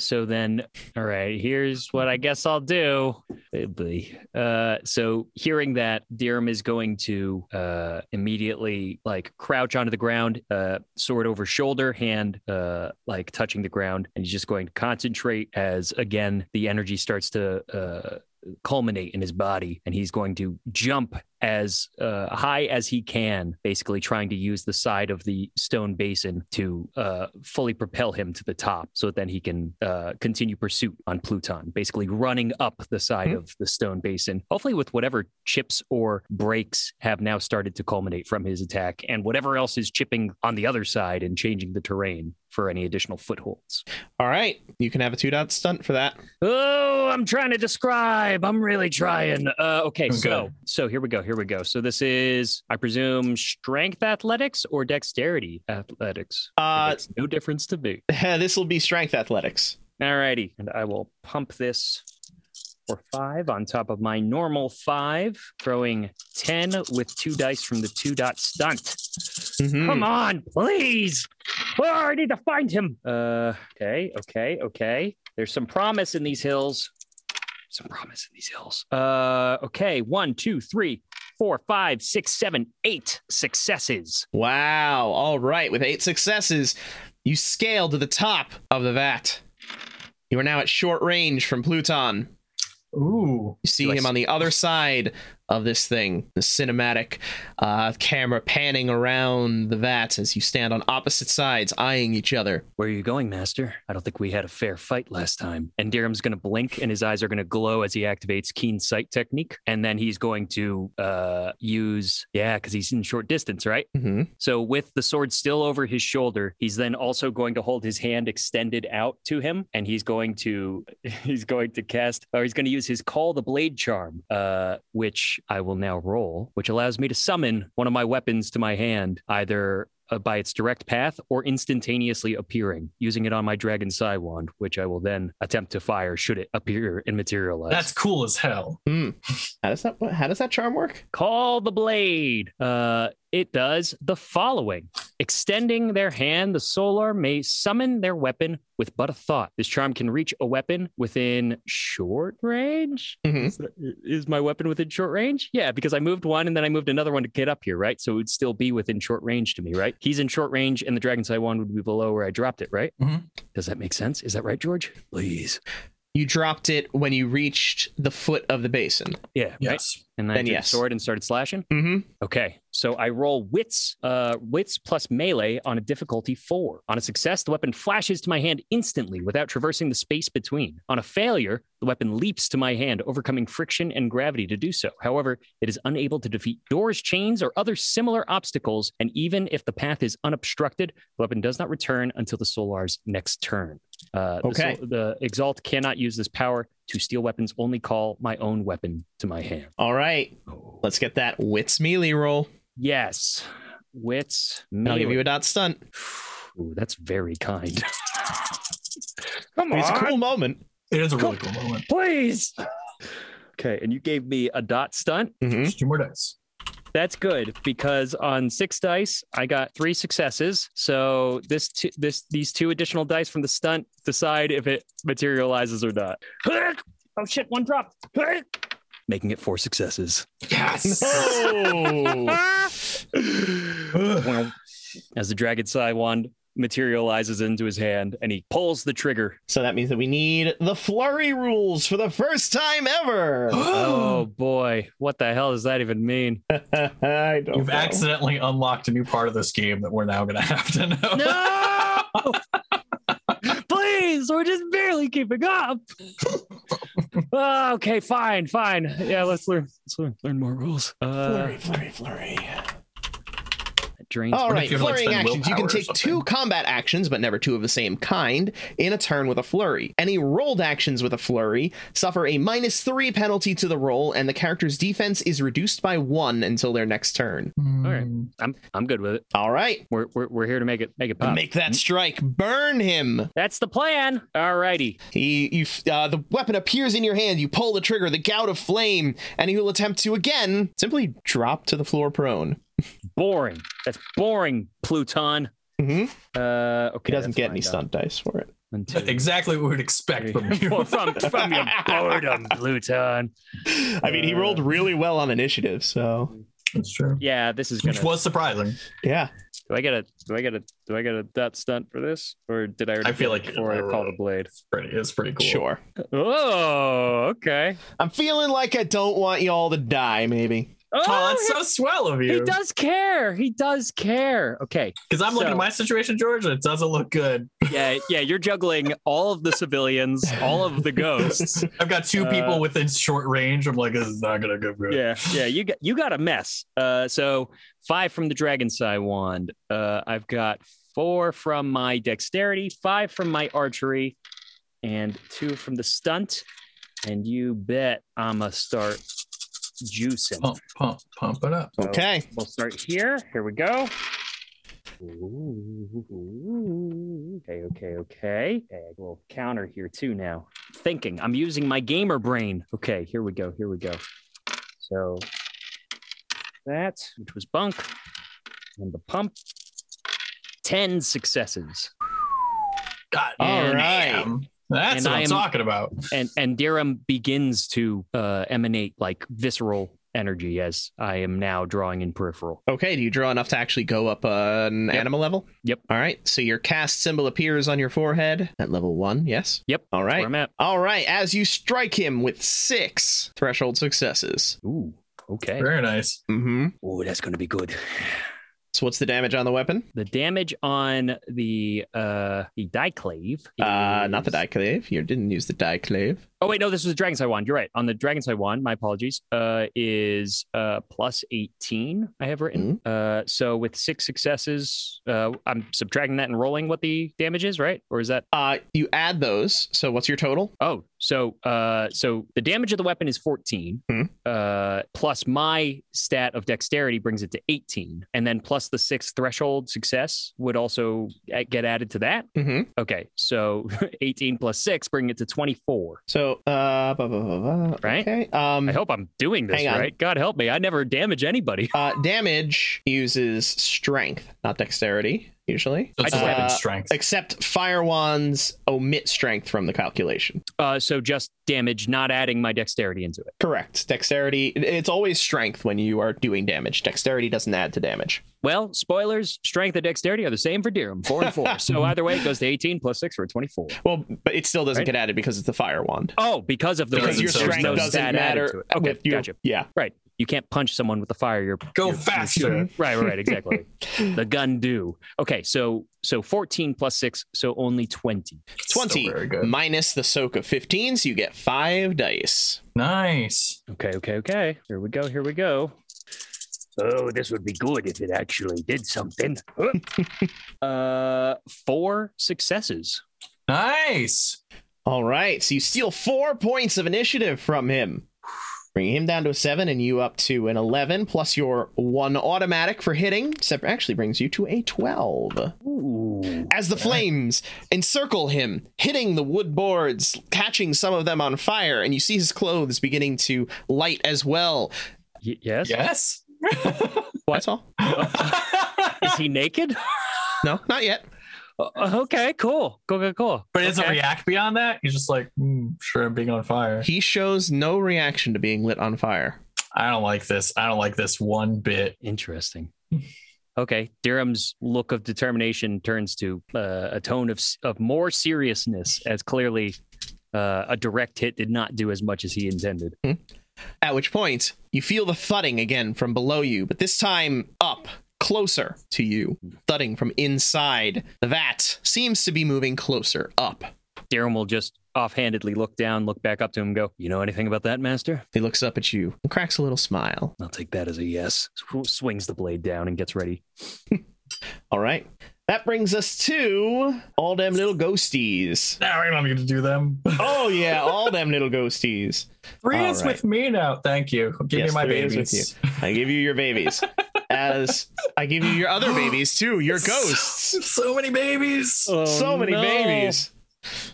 So then, all right, here's what I guess I'll do. Maybe. Uh, so hearing that, Dirham is going to uh, immediately like crouch onto the ground, uh, sword over shoulder, hand uh, like touching the ground, and he's just going to concentrate as again the energy starts to uh, culminate in his body and he's going to jump as uh, high as he can basically trying to use the side of the stone basin to uh, fully propel him to the top so that then he can uh, continue pursuit on pluton basically running up the side Mhm. of the stone basin hopefully with whatever chips or breaks have now started to culminate from his attack and whatever else is chipping on the other side and changing the terrain for any additional footholds All right, you can have a two dot stunt for that. Oh, I'm trying to describe. I'm really trying. Uh, okay, Okay. so so here we go. Here we go. So this is, I presume, strength athletics or dexterity athletics. Uh, Makes no difference to me. this will be strength athletics. Alrighty, and I will pump this for five on top of my normal five, throwing ten with two dice from the two dot stunt. Mhm. Come on, please. Oh, I need to find him. Uh, okay, okay, okay. There's some promise in these hills. Some promise in these hills. Uh, okay. One, two, three, four, five, six, seven, eight successes. Wow. All right. With eight successes, you scale to the top of the vat. You are now at short range from Pluton. Ooh. You see Do I him s- on the other side of this thing, the cinematic uh, camera panning around the vat as you stand on opposite sides, eyeing each other. Where are you going, Master? I don't think we had a fair fight last time. And Dirham's going to blink, and his eyes are going to glow as he activates Keen Sight technique, and then he's going to uh, use yeah, because he's in short distance, right? Mm-hmm. So, with the sword still over his shoulder, he's then also going to hold his hand extended out to him, and he's going to he's going to cast or he's going to use his call the blade charm, uh, which I will now roll, which allows me to summon one of my weapons to my hand, either. Uh, by its direct path or instantaneously appearing, using it on my dragon Psy wand, which I will then attempt to fire should it appear and materialize. That's cool as hell. Hmm. How does that? How does that charm work? Call the blade. Uh, it does the following. Extending their hand, the Solar may summon their weapon with but a thought. This charm can reach a weapon within short range. Mhm. Is, that- is my weapon within short range? Yeah, because I moved one and then I moved another one to get up here, right? So it would still be within short range to me, right? He's in short range and the Dragon's Eye wand would be below where I dropped it, right? Mm-hmm. Mhm. Does that make sense? Is that right, George? Please. You dropped it when you reached the foot of the basin. Yeah, right? Yes. And then I Then took the yes. sword and started slashing. Mm-hmm. Okay, so I roll wits, uh, wits plus melee on a difficulty four. On a success, the weapon flashes to my hand instantly without traversing the space between. On a failure, the weapon leaps to my hand, overcoming friction and gravity to do so. However, it is unable to defeat doors, chains, or other similar obstacles, and even if the path is unobstructed, the weapon does not return until the Solar's next turn. Uh, the Okay. Sol- the Exalt cannot use this power to steal weapons. Only call my own weapon to my hand. All right. Let's get that wits melee roll. Yes. Wits. And I'll give melee. you a dot stunt. Ooh, that's very kind. Come It's a cool moment. It is a really cool moment. please. Okay, and you gave me a dot stunt. Mm-hmm. Just Two more dice. That's good because on six dice I got three successes. So this two, this these two additional dice from the stunt decide if it materializes or not. Oh shit! One dropped. Making it four successes. Yes. Oh. Ugh. As the dragon Psy wand materializes into his hand, and he pulls the trigger. so that means that we need the flurry rules for the first time ever. Oh boy, what the hell does that even mean? I don't. You've know. accidentally unlocked a new part of this game that we're now going to have to know. No! Please, we're just barely keeping up. Oh, okay, fine, fine. Yeah, let's learn. Let's learn, learn more rules. Uh, Flurry, flurry, flurry. that drains. All if right, you have, like, flurrying spend actions. You can willpower or take something. two combat actions, but never two of the same kind, in a turn with a flurry. Any rolled actions with a flurry suffer a minus three penalty to the roll, and the character's defense is reduced by one until their next turn. Hmm. All right. I'm I'm good with it. All right, We're we're, we're here to make it make it Ah. pop. make that strike. Burn him. That's the plan. All righty. He, you, f- uh, the weapon appears in your hand. You pull the trigger, the gout of flame, and he will attempt to again simply drop to the floor prone. Boring. That's boring, Pluton. hmm Uh, okay. He doesn't that's get my any dot. stunt dice for it. and two, Exactly what we would expect three, from you. four. from from your boredom, Pluton. I mean, he Uh. rolled really well on initiative, so That's true. Yeah, this is gonna. Which was surprising. yeah. do I get a do I get a do I get a dot stunt for this, or did I? Already I feel get it like- before I called a blade. It's pretty. It's pretty cool. Sure. Oh, okay. I'm feeling like I don't want y'all to die. Maybe. Oh, Oh, that's so swell of he you. does care. He does care. Okay. Because I'm looking So- at my situation, George, and it doesn't look good. Yeah, yeah. You're juggling all of the civilians, all of the ghosts. I've got two Uh, people within short range. I'm like, this is not gonna go good. Yeah, yeah. You got you got a mess. Uh, so five from the dragon sigh wand. Uh, I've got four from my dexterity, five from my archery, and two from the stunt. And you bet I'ma start juicing. Pump, pump, pump it up. So Okay. We'll start here. Here we go. Ooh. Okay, okay, okay. Okay, I will counter here too now. Thinking. I'm using my gamer brain. Okay, here we go. Here we go. So that, which was bunk, and the pump. 10 successes. God Oh, All right. damn. That's And what I I'm am- talking about. And and Dirham begins to uh, emanate like visceral energy as I am now drawing in peripheral. Okay. Do you draw enough to actually go up uh, an Yep. animal level? Yep. All right. So your cast symbol appears on your forehead at level one. Yes. Yep, All That's right. where I'm at. All right. As you strike him with six threshold successes. Ooh, okay. Very nice. Mm-hmm. Oh, that's gonna be good. So what's the damage on the weapon? The damage on the uh the dieclave. Uh, not the is- dieclave. You didn't use the dieclave. Oh wait, no, this was a dragon side wand. You're right. On the dragon side wand, my apologies. Uh, is uh plus eighteen. I have written. Mm-hmm. Uh, so with six successes, uh, I'm subtracting that and rolling what the damage is, right? Or is that? Uh, you add those. So what's your total? Oh, so uh, so the damage of the weapon is 14. Mhm. Uh, plus my stat of dexterity brings it to 18, and then plus the six threshold success would also uh, get added to that. Mm-hmm. Okay, so 18 plus six, bringing it to 24. So uh, blah, blah, blah, blah. Right. Okay. Um, I hope I'm doing this Hang on. right. God help me, I never damage anybody. Uh, damage uses strength, not dexterity, usually. So it's I just- weapon Uh, strength. Except fire wands omit strength from the calculation. Uh, so just damage, not adding my dexterity into it. Correct. Dexterity, it's always strength when you are doing damage. Dexterity doesn't add to damage. Well, spoilers: strength and dexterity are the same for Dirham, four and four. so either way, it goes to 18 plus six for a 24. Well, but it still doesn't Right. get added because it's the fire wand. Oh, because of the Because Because your so there's strength no doesn't stat added to matter. it. Okay, with your- gotcha. Yeah. You can't punch someone with the fire. You're Go you're- you're faster. shooting. right, right, exactly. the gun do. Okay, so so 14 plus six, so only 20. Still 20 very good. minus the soak of 15, so you get five dice. Nice. Okay, okay, okay. Here we go. Here we go. Oh, this would be good if it actually did something. uh, four successes. Nice. All right. So you steal four points of initiative from him. Bringing him down to a seven and you up to an 11, plus your one automatic for hitting. Sep- Actually brings you to a 12. Ooh. As the flames encircle him, hitting the wood boards, catching some of them on fire, and you see his clothes beginning to light as well. Y- yes. Yes. What? That's all. Is he naked? No, not yet. Uh, okay, cool. Cool, cool, cool. But he doesn't Okay. react beyond that. He's just like, "Mm, sure, I'm being on fire. He shows no reaction to being lit on fire. I don't like this. I don't like this one bit. Interesting. Okay, Durham's look of determination turns to uh, a tone of s- of more seriousness, as clearly uh, a direct hit did not do as much as he intended. At which point, you feel the thudding again from below you, but this time up, closer to you. Thudding from inside. The vat seems to be moving closer up. Durham will just offhandedly look down, look back up to him, and go, "You know anything about that, Master?" He looks up at you and cracks a little smile. I'll take that as a yes. Sw- swings the blade down and gets ready. All right. That brings us to all them little ghosties. Now we're not going to do them. Oh, yeah, all them little ghosties. Three all is right. with me now. Thank you. Give Yes, me my three is babies. with I give you your babies. As I give you your other babies, too, your ghosts. So, so many babies. Oh, so many babies.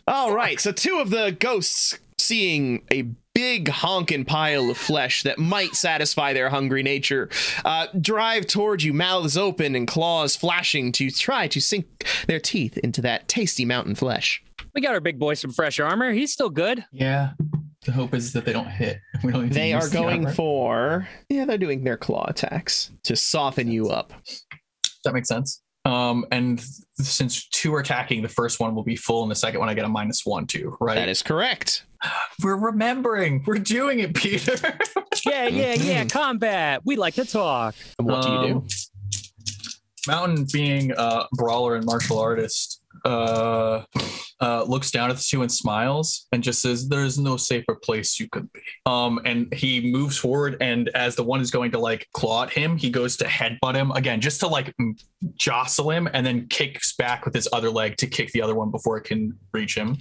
All right, so two of the ghosts seeing a big honking pile of flesh that might satisfy their hungry nature uh, drive towards you, mouths open and claws flashing to try to sink their teeth into that tasty mountain flesh. We got our big boy some fresh armor. He's still good. Yeah. The hope is that they don't hit. We don't need to They use are the going armor. for yeah, they're doing their claw attacks to soften you up. That makes sense. Um, and since two are attacking, the first one will be full, and the second one I get a minus one too. Right? That is correct. We're remembering. We're doing it, Peter. Yeah, yeah, yeah. Combat. We like to talk. And what do you do? Um, Mountain, being a brawler and martial artist, uh, uh, looks down at the two and smiles and just says, "There is no safer place you could be." Um, and he moves forward, and as the one is going to like claw at him, he goes to headbutt him again, just to like m- jostle him, and then kicks back with his other leg to kick the other one before it can reach him.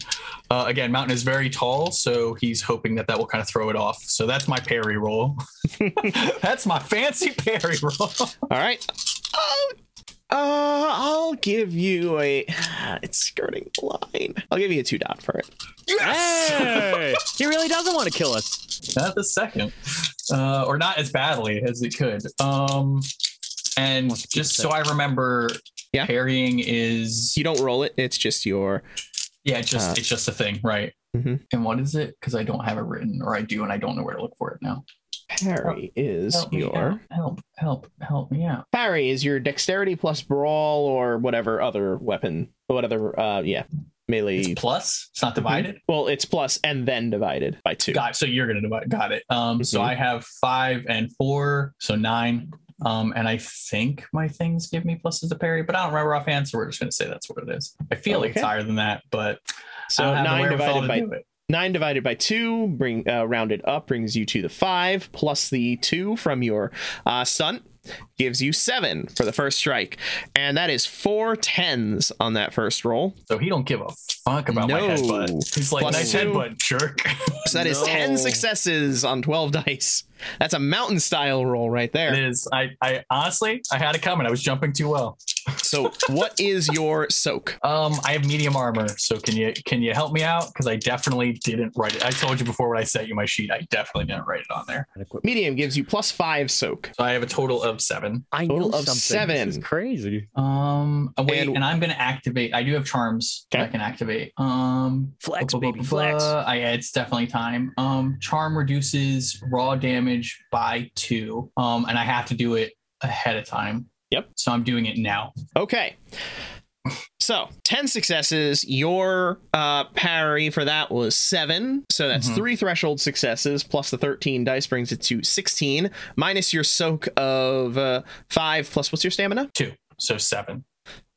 Uh, again, Mountain is very tall, so he's hoping that that will kind of throw it off. So that's my parry roll. that's my fancy parry roll. All right. Oh, uh, I'll give you a. It's skirting the line. I'll give you a two dot for it. Hey! he really doesn't want to kill us. not the second, uh, or not as badly as it could. Um, and What's the just so I remember, Yeah. parrying is You don't roll it. It's just your. yeah, it's just Uh, it's just a thing, right? Mhm. And what is it? Because I don't have it written, or I do, and I don't know where to look for it now. Parry is Oh, Help me out. your. help, help, help me out. Parry is your dexterity plus brawl or whatever other weapon. What other. Uh, yeah. Melee. It's plus. It's not divided. Well, it's plus and then divided by two. Got so you're gonna divide. Got it. Um, so Mhm. I have five and four, so nine. Um, and I think my things give me pluses to parry, but I don't remember offhand, so we're just gonna say that's what it is. I feel like it's Okay. higher than that, but So nine divided by it. nine divided by two bring uh, rounded up brings you to the five plus the two from your uh, stunt gives you seven for the first strike and that is four tens on that first roll So he don't give a fuck about my No. headbutt. He's like, Plus nice two. headbutt, jerk. so that is No. 10 successes on 12 dice that's a mountain style roll right it there is. I, I honestly, I had it coming. I was jumping too well. so what is your soak Um, I have medium armor, so can you can you help me out? Because I definitely didn't write it. I told you before when I sent you my sheet, I definitely didn't write it on there. medium gives you plus five soak So I have a total of seven. I know Total of something. seven. This is crazy. Um, oh, wait, And- and, I'm gonna activate. I do have charms that I Okay. can activate. Um, Flex, blah, blah, baby, blah, blah, flex. blah. I, it's definitely time. Um, charm reduces raw damage by two. Um, and I have to do it ahead of time. Yep. So I'm doing it now. Okay. So, 10 successes. Your uh, parry for that was 7. So that's Mhm. 3 threshold successes plus the 13 dice brings it to 16 minus your soak of uh, 5 plus what's your stamina? Two. So seven.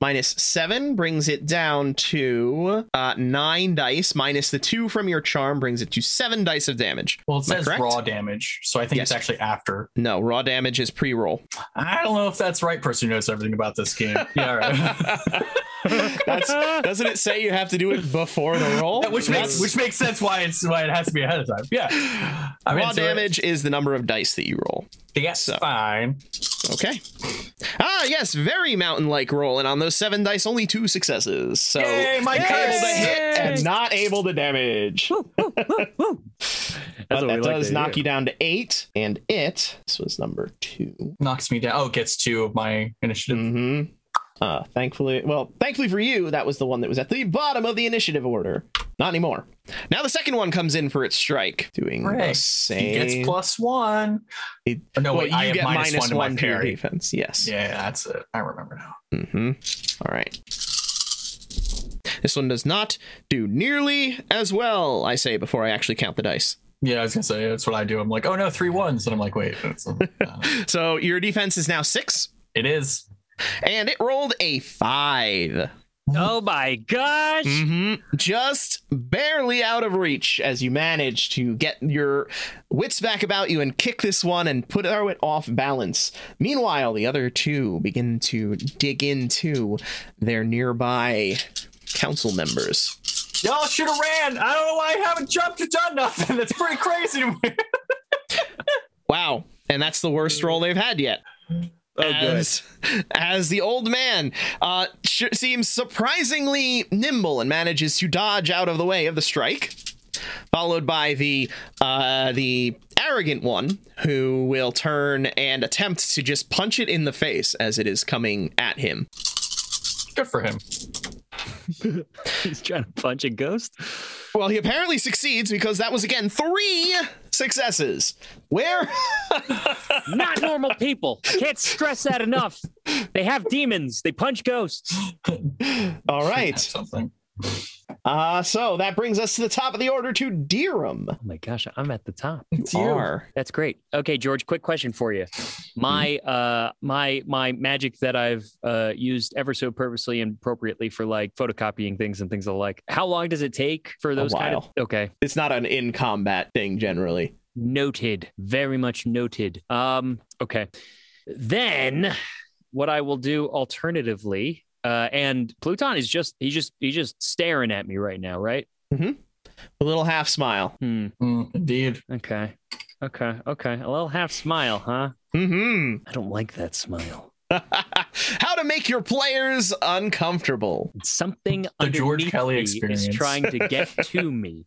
Minus 7 brings it down to uh, 9 dice minus the 2 from your charm brings it to 7 dice of damage. Well, it Am I says correct? raw damage. So I think it's Yes. actually after. No, raw damage is pre-roll. I don't know if that's right, person who knows everything about this game. Yeah, all right. That's doesn't it say you have to do it before the roll? which makes which makes sense why it's why it has to be ahead of time. Yeah. I'm raw into it. damage is the number of dice that you roll. That's so. fine. Okay. Ah, yes, very mountain-like roll, and on those seven dice, only two successes. So Yay, my able to curse! hit and not able to damage. That's but what we that like does to knock hear. you down to eight, and it. This was number two. Knocks me down. Oh, gets two of my initiative. Hmm. Uh, thankfully, well, thankfully for you, that was the one that was at the bottom of the initiative order. Not anymore. Now the second one comes in for its strike, doing the Right. same. He gets plus one. It- Oh, no, Well, wait, I have minus, minus one to my to your parry. defense. Yes. Yeah, that's it. I remember now. Mm-hmm. All right. This one does not do nearly as well, I say before I actually count the dice. Yeah, I was gonna say that's what I do. I'm like, oh no, three ones, and I'm like, wait, that's, uh, So your defense is now six, it is. and it rolled a five. Oh my gosh. Mm-hmm. Just barely out of reach as you manage to get your wits back about you and kick this one and put throw it off balance. Meanwhile, the other two begin to dig into their nearby council members. Y'all should have ran. I don't know why I haven't jumped or done nothing. That's pretty crazy. to me. Wow. And that's the worst roll they've had yet. Oh, Oh, as, as the old man uh, sh- seems surprisingly nimble and manages to dodge out of the way of the strike, followed by the uh, the arrogant one who will turn and attempt to just punch it in the face as it is coming at him. Good for him. He's trying to punch a ghost. Well, he apparently succeeds because that was again three successes. Where Not normal people. I can't stress that enough. They have demons. They punch ghosts. All Have right. Something. Uh so that brings us to the top of the order to Deerum. Oh my gosh, I'm at the top. It's you. Are. That's great. Okay, George, quick question for you. My uh my my magic that I've uh used ever so purposely and appropriately for like photocopying things and things alike. How long does it take for those kind of while. Okay. It's not an in combat thing generally. Noted. Very much noted. Um okay. Then what I will do alternatively uh and Pluton is just he just he's just staring at me right now, right? A little half smile. Hmm. Mm, indeed. Okay. Okay. Okay. A little half smile, huh? hmm I don't like that smile. How to make your players uncomfortable. something The George underneath Kelly me experience. is trying to get to me.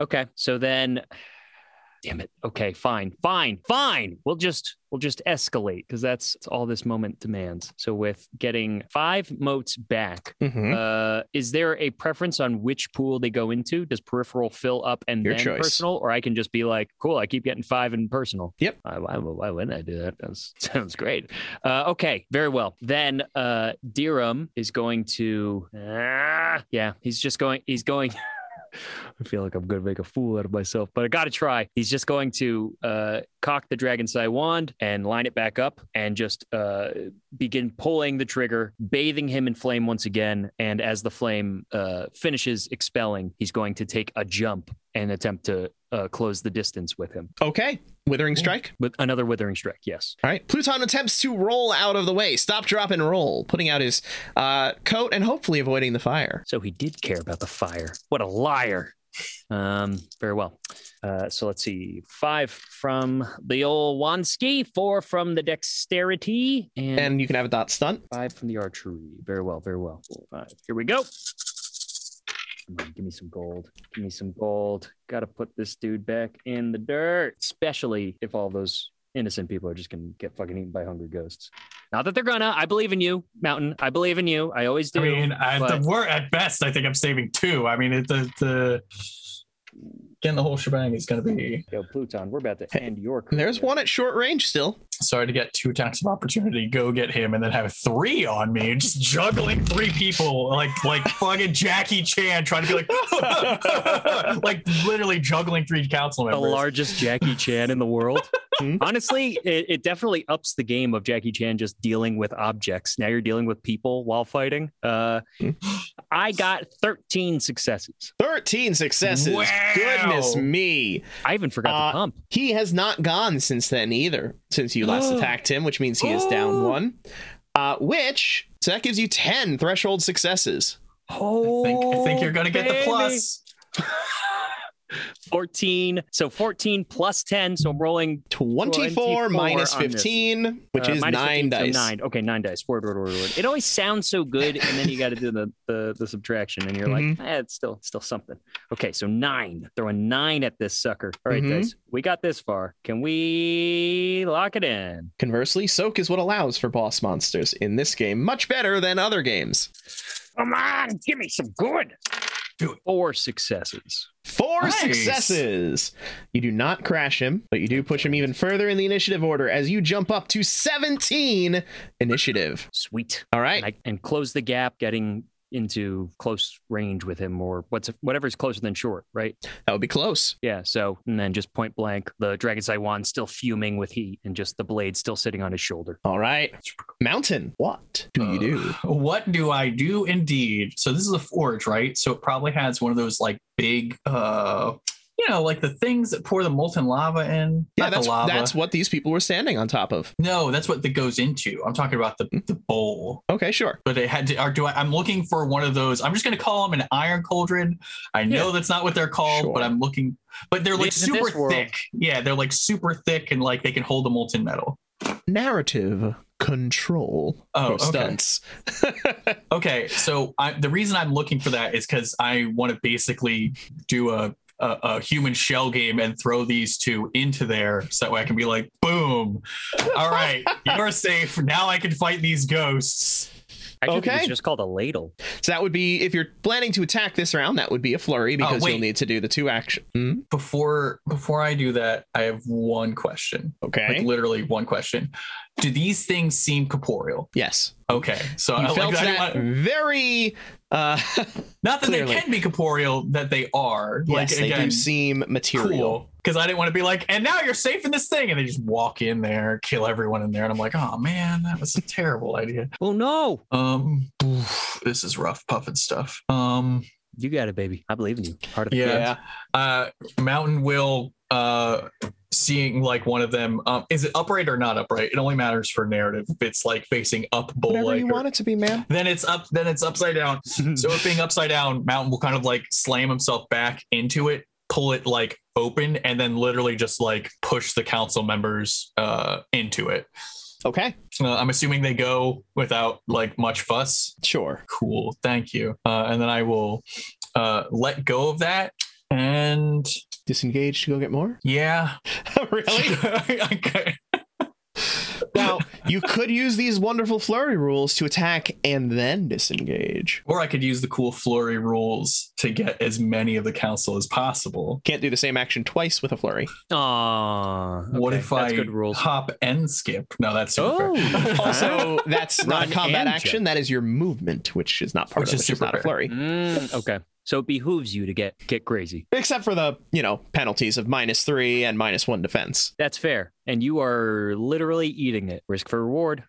Okay, so then, damn it. Okay, fine, fine, fine. We'll just we'll just escalate because that's, that's all this moment demands. So with getting five moats back, Hmm? Mm-hmm. uh, is there a preference on which pool they go into? Does peripheral fill up and Your then choice. personal, or I can just be like, cool, I keep getting five in personal. Yep. I, why, why wouldn't I do that? That was- sounds great. Uh, okay, very well. Then uh, Dirham is going to, Ah, yeah, he's just going, he's going. I feel like I'm going to make a fool out of myself, but I got to try. He's just going to uh, cock the Dragon's Eye wand and line it back up and just uh, begin pulling the trigger, bathing him in flame once again. And as the flame uh, finishes expelling, he's going to take a jump and attempt to uh, close the distance with him. Okay. Withering strike. With another withering strike, yes. All right. Pluton attempts to roll out of the way. Stop, drop, and roll, putting out his uh, coat and hopefully avoiding the fire. So he did care about the fire. What a liar. Um, very well. Uh, so let's see. Five from the old Wanski, four from the dexterity, and, And you can have a dot stunt. five from the archery. Very well, very well. Four, five. Here we go. Come on, give me some gold. Give me some gold. Gotta put this dude back in the dirt. Especially if all those innocent people are just gonna get fucking eaten by hungry ghosts. Not that they're gonna. I believe in you, Mountain. I believe in you. I always do. I mean, at but- the wor- at best, I think I'm saving two. I mean, it, the the getting the whole shebang is going to be Yo, Pluton, we're about to Hey, end your career. There's one at short range still. sorry to get two attacks of opportunity. Go get him, and then have three on me. Just juggling three people, like like fucking Jackie Chan trying to be like, like literally juggling three council The members. largest Jackie Chan in the world. Hmm? Honestly, it, it definitely ups the game of Jackie Chan just dealing with objects. Now you're dealing with people while fighting. Uh, Hmm. I got 13 successes. 13 successes. Wow. Goodness me. I even forgot Uh, to pump. He has not gone since then either, since you last attacked him, which means he is down Oh. one. Uh, which, so that gives you 10 threshold successes. Oh, I think, I think you're gonna get the plus. 14. So 14 plus 10. So I'm rolling 24, 24 minus on this. 15, which Uh, is minus nine 15, so dice. nine. Okay, nine dice. Word, word, word, word. It always sounds so good, and then you got to do the, the the subtraction, and you're Mm-hmm. like, eh, it's still still something. Okay, so nine. Throw a nine at this sucker. All right, Mhm. dice. We got this far. Can we lock it in? Conversely, soak is what allows for boss monsters in this game much better than other games. Come on, give me some good. Do it. Four successes. Four Nice. successes. You do not crash him, but you do push him even further in the initiative order as you jump up to 17 initiative. Sweet. All right. And, I, and close the gap, getting into close range with him, or what's whatever's closer than short, right? That would be close. Yeah. So, and then just point blank, the Dragon Saiwan still fuming with heat and just the blade still sitting on his shoulder. All right. Mountain, what do you do? What do I do indeed? So this is a forge, right? So it probably has one of those like big uh you know, like the things that pour the molten lava in. Yeah, Not that's, the lava. that's what these people were standing on top of. no, that's what that goes into. I'm talking about the, Hmm. the bowl. Okay, sure. But it had to or do I I'm looking for one of those. I'm just gonna call them an iron cauldron. I know that's not what they're called, Sure. but I'm looking but they're like These in this super world. thick. Yeah, they're like super thick and like they can hold the molten metal. Narrative control Oh, for okay. stunts. Okay, so I, the reason I'm looking for that is because I want to basically do a, a a human shell game and throw these two into there, so that way I can be like, boom, all right, you're safe. Now I can fight these ghosts. Actually, I think Okay. it's just called a ladle. So that would be if you're planning to attack this round, that would be a flurry because you'll Oh, wait. need to do the two action. Mm, Before before I do that, I have one question. okay. Like literally one question. Do these things seem corporeal? yes. Okay. So You I felt Uh, like I that want- very. Uh, not that clearly. they can be corporeal, that they are. yes, like they again, do seem material. cool. Because I didn't want to be like, and now you're safe in this thing, and they just walk in there, kill everyone in there, and I'm like, oh man, that was a terrible idea. Oh no! Um, oof, this is rough puffin stuff. Um, You got it, baby. I believe in you. Part of the Yeah. plan. uh, Mountain will uh seeing like one of them um is it upright or not upright it only matters for narrative if it's like facing up bowl Whatever you like, or- want it to be, man. then it's up then it's upside down so it being upside down mountain will kind of like slam himself back into it pull it like open and then literally just like push the council members uh into it Okay. uh, i'm assuming they go without like much fuss Sure. cool thank you uh, and then i will uh let go of that and Disengage to go get more. yeah really? Okay. now you could use these wonderful flurry rules to attack and then disengage. or i could use the cool flurry rules to get as many of the council as possible Can't do the same action twice with a flurry. Aw, what okay, if that's I good rules. hop and skip? No, that's super fair. Oh, Also, that's not a Run combat and action. That is your movement, which is not part Which of is it. Which is super not a fair. flurry. Mm, okay. So it behooves you to get get crazy. except for the you know penalties of minus three and minus one defense. That's fair. And you are literally eating it. Risk for reward.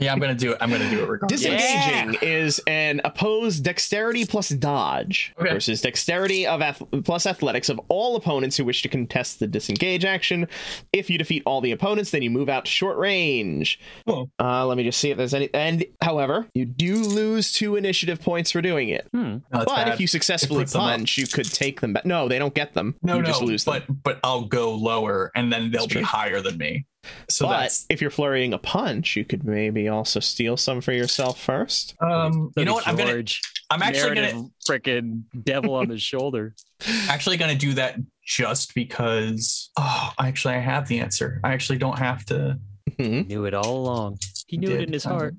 yeah, I'm gonna do it. I'm gonna do it regardless. Disengaging is an opposed dexterity plus dodge Okay. versus dexterity of ath- plus athletics of all opponents who wish to contest the disengage action. If you defeat all the opponents, then you move out to short range. Cool. Uh, let me just see if there's any. And however, you do lose two initiative points for doing it. Hmm. No, that's but bad. if you successfully puts them up. punch, you could take them back. No, they don't get them. no, you no, just lose them. but but I'll go lower, and then they'll That's be true. higher than me. So but that's if you're flurrying a punch, you could maybe also steal some for yourself first. um. You know what? I'm gonna. George, I'm actually gonna freaking devil on his shoulder. actually gonna do that just because. Oh, actually, I have the answer. I actually don't have to. hmm Knew it all along. He knew it did. in his heart.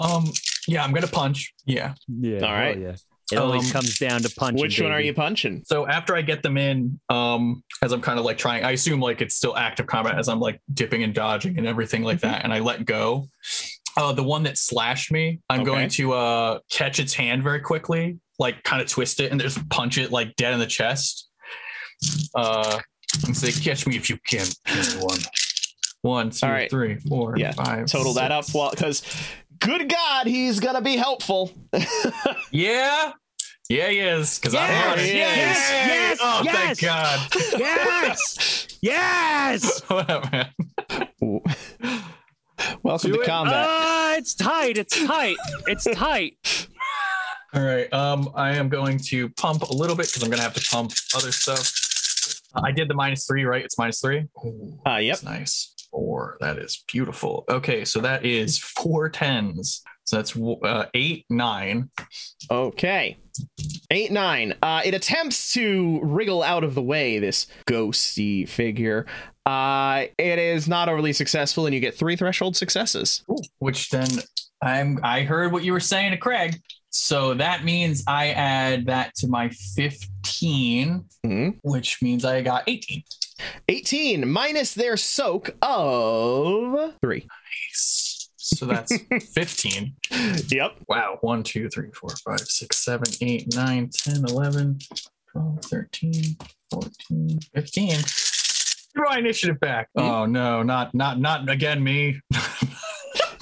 Um. Yeah, I'm gonna punch. Yeah. Yeah. All right. hell Yeah. It always Um, comes down to punching. Which one are baby. you punching? So after I get them in, um, as I'm kind of like trying, I assume like it's still active combat as I'm like dipping and dodging and everything like that, and I let go. Uh, the one that slashed me, I'm Okay. going to uh, catch its hand very quickly, like kind of twist it and just punch it like dead in the chest. Uh, and say, "Catch me if you can." Give me One, one, two, All right. three, four, Yeah. five, Total that up, six. well, because good God, he's gonna be helpful. Yeah, yeah, he is. Because Yes, I'm running. yes, Yay! yes, Oh, yes. thank God. Yes. yes. Whatever. Welcome Do to it. combat. Ah, Uh, it's tight. It's tight. It's tight. All right. Um, I am going to pump a little bit because I'm gonna have to pump other stuff. Uh, I did the minus three, right? It's minus three. Ooh, Uh, yep. That's nice. Four. That is beautiful. Okay, so that is four tens. So that's uh, eight, nine. Okay. Eight nine. Uh, it attempts to wriggle out of the way. This ghosty figure. Uh, it is not overly successful, and you get three threshold successes. Which then I'm. I heard what you were saying to Craig. So that means I add that to my fifteen, Mhm. which means I got eighteen. Eighteen minus their soak of three. Nice. So that's fifteen. Yep. Wow. 1, 2, 3, 4, 5, 6, 7, 8, 9, 10, 11, 12, 13, 14, 15. Throw my initiative back. Oh no, not not not again me.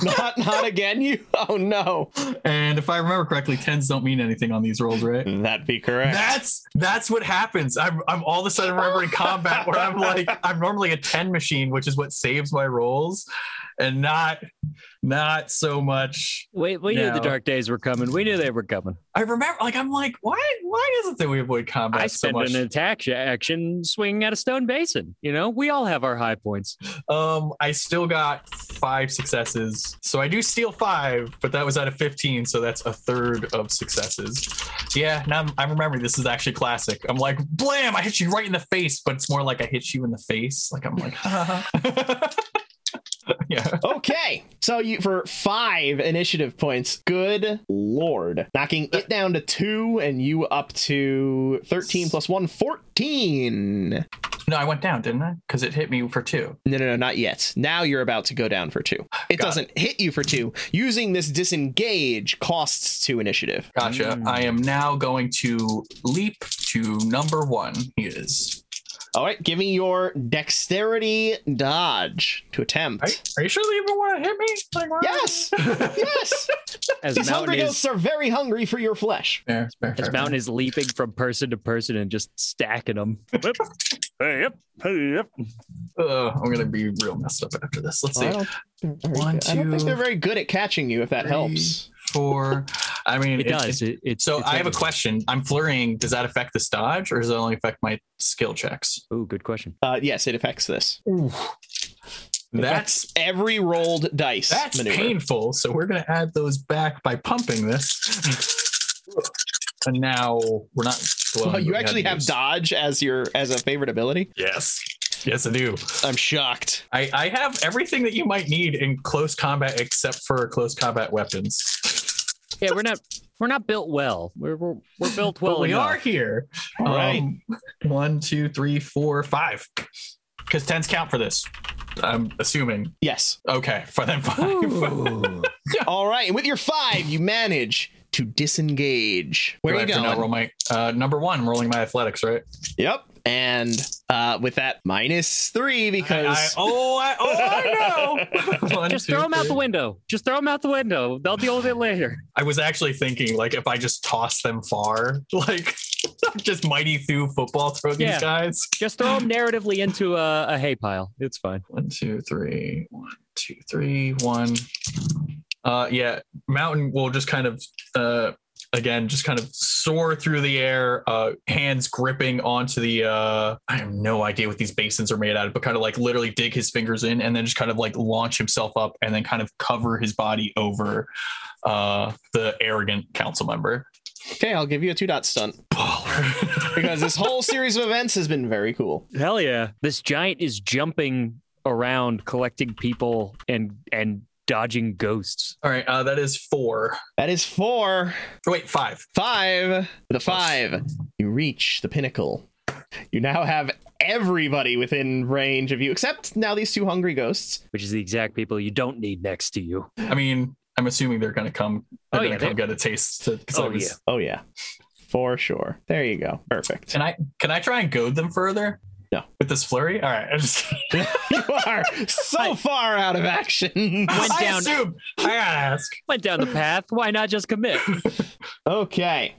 not not again you oh no and if I remember correctly, tens don't mean anything on these rolls, right? that'd be correct That's that's what happens. I'm I'm all of a sudden remembering combat where I'm like I'm normally a 10 machine, which is what saves my rolls, and not not so much Wait, we knew the No. dark days were coming. We knew they were coming. I remember, like, I'm like, why? Why is it that we avoid combat I so spent much? an attack action swinging at a stone basin. You know, we all have our high points. Um, I still got five successes, so I do steal five, but that was out of 15, so that's a third of successes. Yeah, now I'm, I'm remembering this is actually classic. I'm like, blam! I hit you right in the face, but it's more like I hit you in the face. Like I'm like, yeah. Okay. So you for five initiative points. Good lord. Knocking it down to two and you up to 13 plus one, 14. No, I went down, didn't I? Because it hit me for two. No, no, no, not yet. Now you're about to go down for two. It Got doesn't hit you for two. Using this disengage costs two initiative. Gotcha. I am now going to leap to number one. He is. All right. Give me your dexterity dodge to attempt. Are, are you sure they even want to hit me? Like, why- Yes. Yes. As These hungry Mountain is ghosts are very hungry for your flesh. Fair, fair, as fair. Mountain is leaping from person to person and just stacking them. Whip, hey, yep, hey, yep. Uh, I'm gonna be real messed up after this. Let's see. I don't, they're very One, good. I don't think two, they're very good at catching you if that three. helps. Four. I mean, It does. It, it's so it's I have a everything. question. I'm flurrying. Does that affect this dodge, or does it only affect my skill checks? Ooh, good question. Uh, yes, it affects this. That's Every rolled dice. that's maneuver. painful. So we're gonna add those back by pumping this. And now we're not. glowing, Well, but you we actually have these. dodge as your as a favorite ability. Yes. Yes, I do. I'm shocked. I, I have everything that you might need in close combat except for close combat weapons. Yeah, we're not we're not built well. We're we're, we're built well. but we enough. are here. Um, All right. One, two, three, four, five. Because tens count for this. I'm assuming. Yes. Okay, for then five. All right, and with your five, you manage to disengage. Where Do I are you have to now going? roll my uh, number one. I'm rolling my athletics, right? Yep. And uh, with that minus three I, I, because oh, I, oh, I know. One, Just two, throw them out the three. window. Just throw them out the window. They'll deal with it later. I was actually thinking, like, if I just toss them far, like, just mighty through football throw Yeah. these guys. Just throw them narratively into a, a hay pile. It's fine. One, two, three. One, two, three. One. Uh, yeah. Mountain will just kind of, uh, again, just kind of soar through the air, uh, hands gripping onto the. Uh, I have no idea what these basins are made out of, but kind of like literally dig his fingers in and then just kind of like launch himself up and then kind of cover his body over uh, the arrogant council member. okay, I'll give you a two dot stunt Baller. because this whole series of events has been very cool. Hell yeah. This giant is jumping around collecting people and and dodging ghosts. All right. Uh, that is four. That is four. Wait, five. Five. The five. You reach the pinnacle. You now have everybody within range of you, except now these two hungry ghosts. Which is the exact people you don't need next to you. I mean, I'm assuming they're gonna come. They're Oh, gonna yeah, come they- get a taste. To, 'cause I Oh, was- yeah. Oh yeah, for sure. There you go. Perfect. Can I can I try and goad them further? No. With this flurry? All right. I just you are so far out of action. Went I down. assume. I gotta ask. Went down the path. Why not just commit? okay.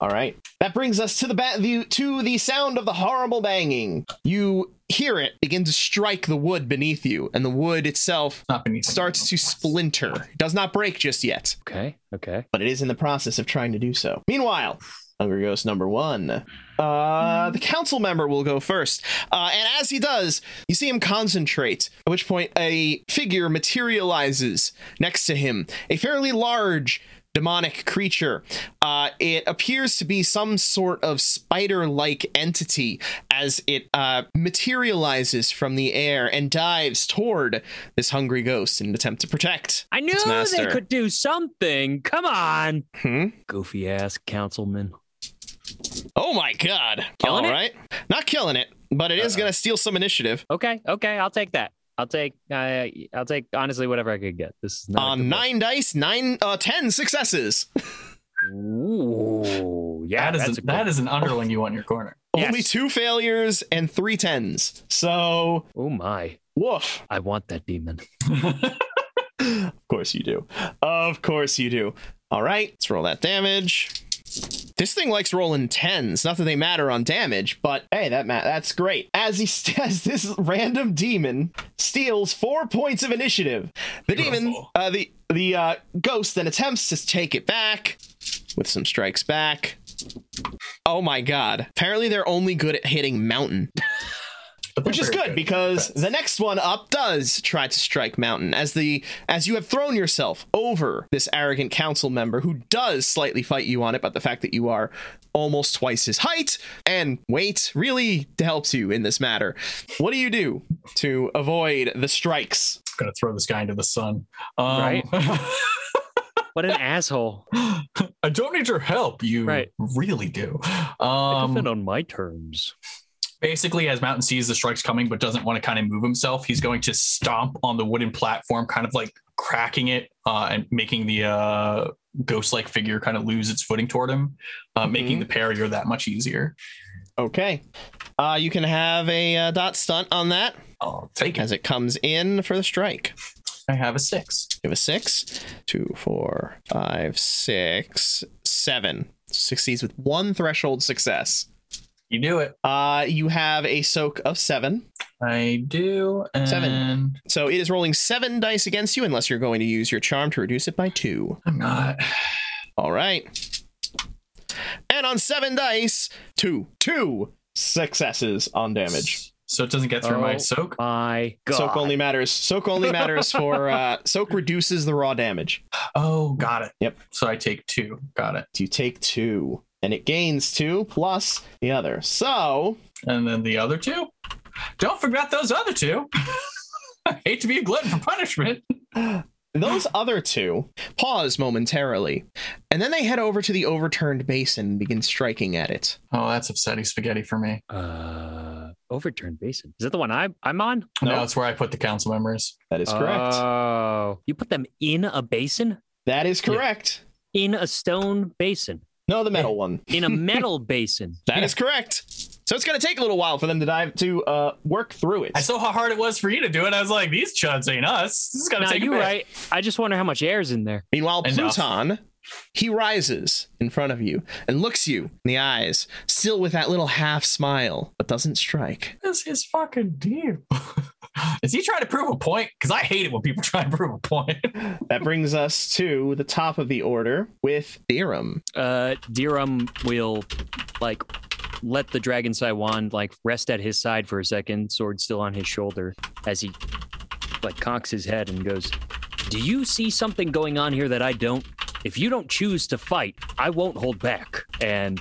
All right. That brings us to the ba- the to the sound of the horrible banging. You hear it begin to strike the wood beneath you, and the wood itself Not beneath. me. starts to splinter. It does not break just yet, Okay. Okay. but it is in the process of trying to do so. Meanwhile, Hungry Ghost number one. Uh, the council member will go first. Uh, and as he does, you see him concentrate, at which point a figure materializes next to him. A fairly large demonic creature. Uh, it appears to be some sort of spider like entity as it uh, materializes from the air and dives toward this hungry ghost in an attempt to protect. I knew they master. could do something. Come on. Hmm? Goofy ass councilman. Oh my god. Killing All it? right. Not killing it, but it is Uh-oh. going to steal some initiative. Okay. Okay. I'll take that. I'll take. Uh, I'll take honestly whatever I could get. This is not On the most- Uh, nine dice, nine, uh, ten successes. Ooh, yeah, that is that's an, that is an underling you want in your corner. Yes. Only two failures and three tens. So, Oh my, woof. I want that demon. Of course you do. Of course you do. All right, let's roll that damage. This thing likes rolling tens. Not that they matter on damage, but hey, that ma- that's great. As he st- as this random demon steals four points of initiative, the demon, Beautiful. uh, the the uh, ghost then attempts to take it back with some strikes back. Oh my god! Apparently, they're only good at hitting mountain. But they which is Very good because That's- the next one up does try to strike mountain as the as you have thrown yourself over this arrogant council member who does slightly fight you on it but the fact that you are almost twice his height and weight really helps you in this matter what do you do to avoid the strikes gonna throw this guy into the sun. Um, Right. What an asshole. I don't need your help. You Right. really do. I defend Um, on my terms. basically, as Mountain sees the strikes coming but doesn't want to kind of move himself, he's going to stomp on the wooden platform, kind of like cracking it uh, and making the uh, ghost-like figure kind of lose its footing toward him, uh, making Mhm. the parrier that much easier. okay uh, you can have a uh, dot stunt on that I'll take it. as it comes in for the strike I have a six. You have a six, two, four, five, six, seven. Succeeds with one threshold success. You do it. Uh, you have a soak of seven. I do. And Seven. So it is rolling seven dice against you unless you're going to use your charm to reduce it by two. I'm not. All right. And on seven dice, two, two successes on damage. So it doesn't get through my Oh. soak. My God. Soak only matters. Soak only matters for uh, soak reduces the raw damage. Oh, got it. Yep. So I take two. Got it. You take two, and it gains two plus the other. So And then the other two? Don't forget those other two. I hate to be a glutton for punishment. Those other two pause momentarily, and then they head over to the overturned basin and begin striking at it. Oh, that's upsetting spaghetti for me. Uh, overturned basin. Is that the one I, I'm on? No, No. that's where I put the council members. That is correct. Oh. You put them in a basin? that is correct. In a stone basin? No, the metal one. In a metal basin? That is correct. So it's going to take a little while for them to dive to uh, work through it. I saw how hard it was for you to do it. I was like, these chuds ain't us. This is gonna Now, take a you're bit. right. I just wonder how much air's in there. Meanwhile, Enough. Pluton, he rises in front of you and looks you in the eyes, still with that little half smile, but doesn't strike. This is fucking deal. is he trying to prove a point? Because I hate it when people try and prove a point. That brings us to the top of the order with Theorem. uh Dirham will like let the dragon Saiwan like rest at his side for a second, sword still on his shoulder, as he like cocks his head and goes, Do you see something going on here that I don't? If you don't choose to fight, I won't hold back. And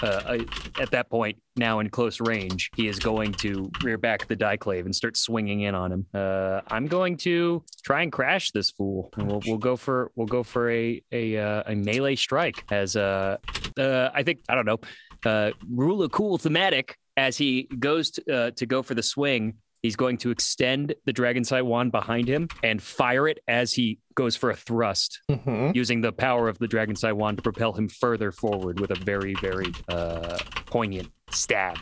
uh, I, at that point, now in close range, he is going to rear back the Diclave and start swinging in on him. Uh, I'm going to try and crash this fool, and we'll, we'll go for we'll go for a a, uh, a melee strike as uh, uh, I think I don't know uh, rule of cool thematic as he goes to, uh, to go for the swing. He's going to extend the dragon sight wand behind him and fire it as he goes for a thrust Mm-hmm. using the power of the dragon Saiwan to propel him further forward with a very, very uh, poignant stab.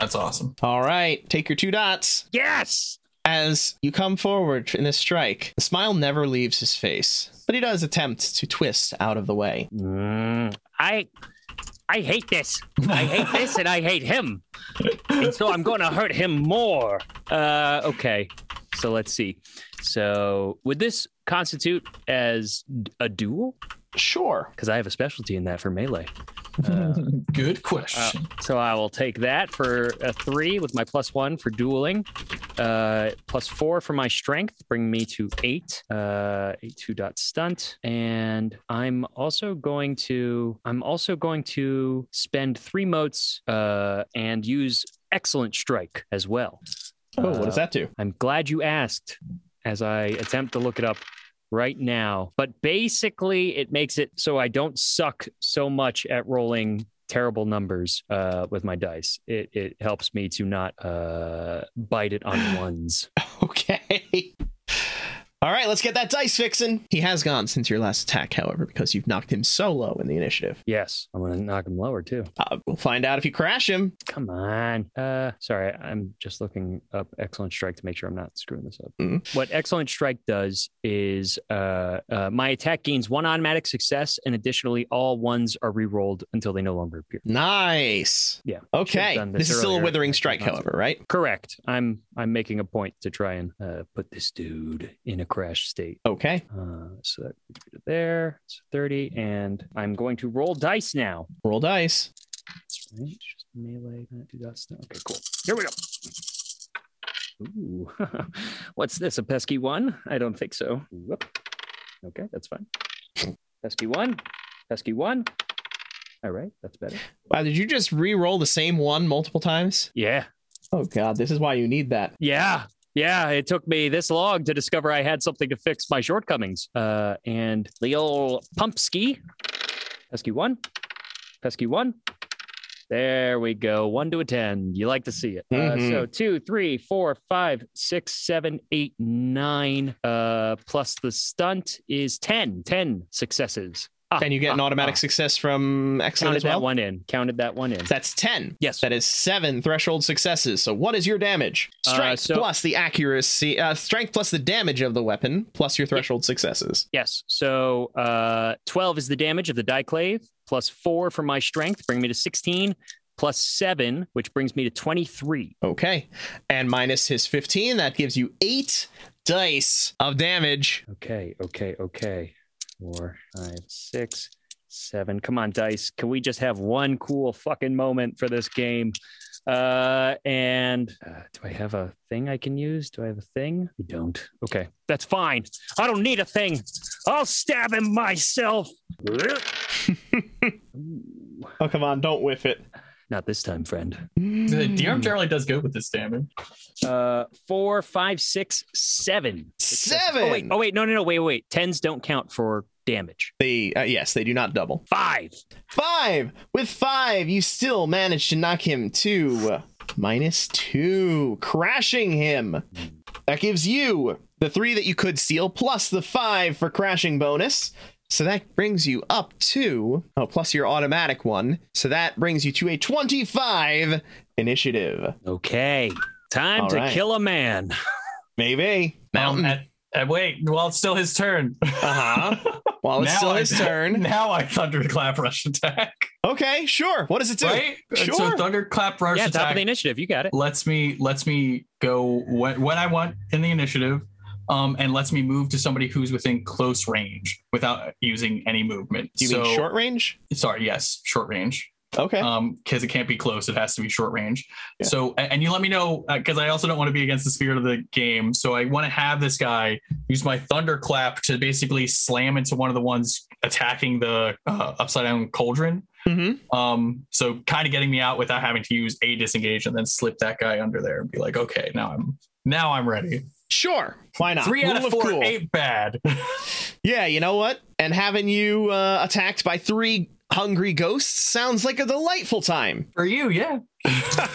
That's awesome. All right, take your two dots. Yes! As you come forward in this strike, the smile never leaves his face, but he does attempt to twist out of the way. Mm, I, I hate this. I hate this, and I hate him. And so I'm going to hurt him more. Uh, okay, so let's see. So would this constitute as d- a duel? Sure. Because I have a specialty in that for melee. Uh, Good question. So I will take that for a three with my plus one for dueling, uh, plus four for my strength, bring me to eight, uh, eight two dot stunt, and I'm also going to I'm also going to spend three motes uh, and use excellent strike as well. Oh, what does Uh, that do? I'm glad you asked as I attempt to look it up right now. But basically, it makes it so I don't suck so much at rolling terrible numbers uh, with my dice. It, it helps me to not uh, bite it on ones. Okay. All right, let's get that dice fixing. He has gone since your last attack, however, because you've knocked him so low in the initiative. Yes, I'm going to knock him lower too. Uh, we'll find out if you crash him. Come on. Uh, sorry, I'm just looking up Excellent Strike to make sure I'm not screwing this up. Mhm. What Excellent Strike does is uh, uh, my attack gains one automatic success, and additionally, all ones are rerolled until they no longer appear. Nice. Yeah. Okay. Should've done This, this is still a earlier. withering I strike, should not however, right? Correct. I'm I'm making a point to try and uh, put this dude in a crash state. Okay. Uh, so that there, it's 30, and I'm going to roll dice now. Roll dice. Right? Just melee, uh, do that stuff. Okay, cool. Here we go. Ooh. What's this? A pesky one? I don't think so. Whoop. Okay, that's fine. Pesky one. Pesky one. All right, that's better. Wow, did you just re-roll the same one multiple times? Yeah. Oh god, this is why you need that. Yeah. Yeah, it took me this long to discover I had something to fix my shortcomings. Uh, and the old pump ski. Pesky one. Pesky one. There we go. One to a 10. You like to see it. Mhm. Uh, so two, three, four, five, six, seven, eight, nine. Uh, plus the stunt is 10. 10 successes. Ah, And you get an ah, automatic ah. success from excellent Counted as well. that one in. Counted that one in. That's 10. Yes. That is seven threshold successes. So what is your damage? Uh, Strength so- plus the accuracy, uh, strength plus the damage of the weapon plus your threshold successes. Yes. So uh, 12 is the damage of the Dieclave, plus four for my strength, bring me to 16, plus seven, which brings me to 23. Okay. And minus his 15, that gives you eight dice of damage. Okay. Okay. Okay. Four, five, six, seven. Come on, dice. Can we just have one cool fucking moment for this game? Uh, and uh, do I have a thing I can use? Do I have a thing? We don't. Okay. That's fine. I don't need a thing. I'll stab him myself. Mm. Ooh. Oh, come on. Don't whiff it. Not this time, friend. The hmm. DM generally does good with this damage. Uh, four, five, six, seven. Seven. Oh wait, oh wait, no, no, no, wait, wait, wait. Tens don't count for damage. They, uh, yes, they do not double. Five. Five. With five, you still manage to knock him to minus two, crashing him. That gives you the three that you could steal plus the five for crashing bonus. So that brings you up to, oh, plus your automatic one. So that brings you to a 25 initiative. Okay. Time All to right. kill a man. Maybe. Um, Mountain. and, and wait, well, it's still his turn. Uh huh. While it's Uh-huh. Now still I- his turn. now I thunderclap rush attack. Okay, sure. What does it do? Right? So Sure. thunderclap rush yeah, top attack of the initiative. You got it. lets me lets me go when, when I want in the initiative, um, and lets me move to somebody who's within close range without using any movement. Do you so, mean short range? Sorry, yes, short range. Okay. um because it can't be close it has to be short range Yeah. so a- and you let me know because i also don't want to be against the spirit of the game so i want to have this guy use my thunderclap to basically slam into one of the ones attacking the uh, upside down cauldron hmm um so kind of getting me out without having to use a disengage and then slip that guy under there and be like okay now i'm now i'm ready Sure. Why not? three out Rule of four cool. ain't bad Yeah, you know what? And having you uh, attacked by three hungry ghosts sounds like a delightful time. for you yeah All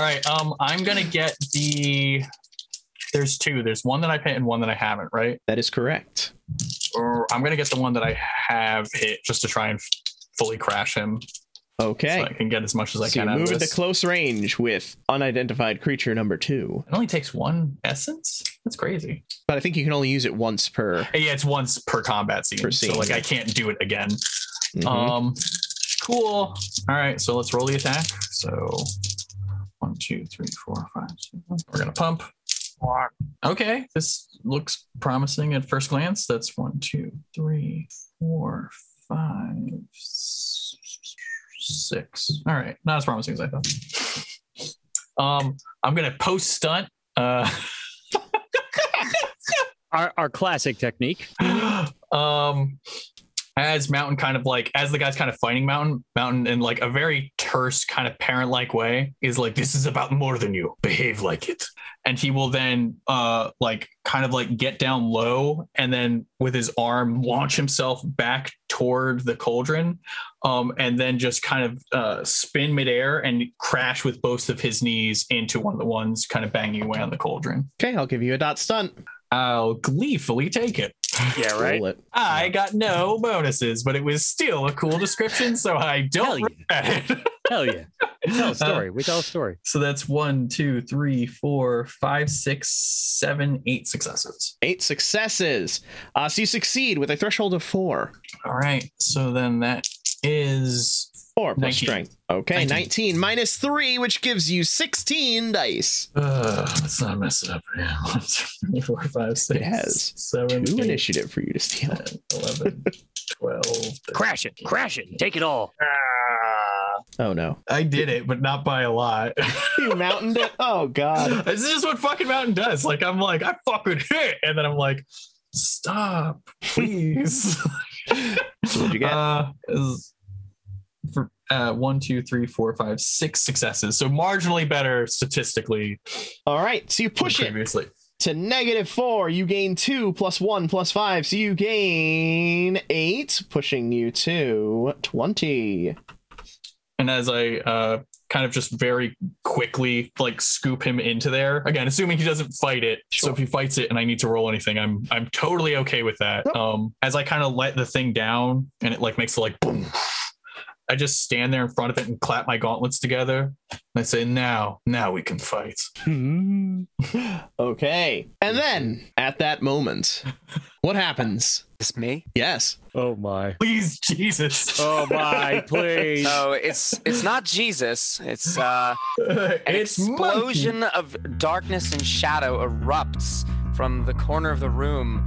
right. Um, I'm gonna get the. There's two. There's one that I hit and one that I haven't. Right. That is correct. Or I'm gonna get the one that I have hit just to try and f- fully crash him, so I Okay. can get as much as I so you can out of move into this. close range with unidentified creature number two, it only takes one essence. That's crazy. but I think you can only use it once per. And yeah, it's once per combat scene. Per scene, so like yeah. I can't do it again. Mhm. Um, cool. All right, so let's roll the attack. So one, two, three, four, five. Six, seven. We're gonna pump. Okay, this looks promising at first glance. That's one, two, three, four, five, s- six. All right, not as promising as I thought. Um, I'm gonna post stunt. Uh, Our, our classic technique. um as mountain kind of like as the guy's kind of fighting mountain mountain in like a very terse kind of parent like way is like this is about more than you behave like it and he will then uh like kind of like get down low and then with his arm launch himself back toward the cauldron um and then just kind of uh spin midair and crash with both of his knees into one of the ones kind of banging away on the cauldron Okay, I'll give you a dot stunt. i'll gleefully take it Yeah, Roll it. I got no bonuses, but it was still a cool description, so I don't Hell regret it. Hell yeah. We tell a story. Uh, We tell a story. so that's one, two, three, four, five, six, seven, eight successes. Eight successes. Uh, so you succeed with a threshold of four. All right. So then that is Four plus 19. strength. Okay, 19. 19 minus three, which gives you 16 dice. uh, let's not mess it up. Yeah. One, two, three, four, five, six, It has seven, Two eight, initiative for you to steal. 10, 11, 12. Crash it. Crash it. Take it all. Ah, Oh no. I did it, but not by a lot. You mountained it. Oh god. this is what fucking Mountain does. Like I'm like I fucking hit, and then I'm like, stop, please. What'd you get? Uh, is- for uh, one, two, three, four, five, six successes. So marginally better statistically All right. So you than push it previously. to negative four. You gain two plus one plus five. So you gain eight, pushing you to twenty. And as I uh, kind of just very quickly like scoop him into there again, assuming he doesn't fight it. So if he fights it and I need to roll anything, I'm I'm totally okay with that. Yep. Um, as I kind of let the thing down and it like makes it like boom. I just stand there in front of it and clap my gauntlets together. And I say, now, now we can fight. Hmm. Okay. And then at that moment, what happens? It's me. Yes. oh my. Please, Jesus. Oh my, please. No, it's it's not Jesus. It's uh, an it's monkey. explosion of darkness and shadow erupts from the corner of the room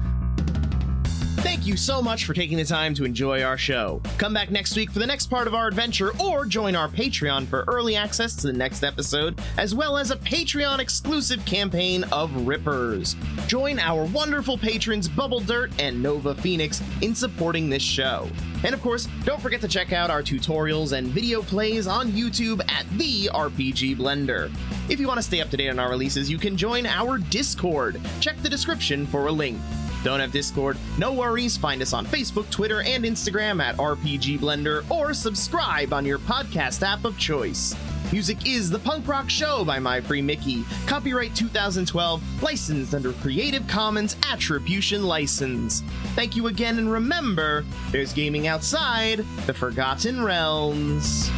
Thank you so much for taking the time to enjoy our show. Come back next week for the next part of our adventure or join our Patreon for early access to the next episode, as well as a Patreon exclusive campaign of Rippers. Join our wonderful patrons Bubble Dirt and Nova Phoenix in supporting this show. And of course, don't forget to check out our tutorials and video plays on YouTube at The RPG Blender. If you want to stay up to date on our releases, you can join our Discord. Check the description for a link. Don't have Discord? No worries. Find us on Facebook, Twitter, and Instagram at RPG Blender or subscribe on your podcast app of choice. Music is The Punk Rock Show by My Free Mickey. Copyright 2012, licensed under Creative Commons Attribution License. Thank you again, and remember there's gaming outside the Forgotten Realms.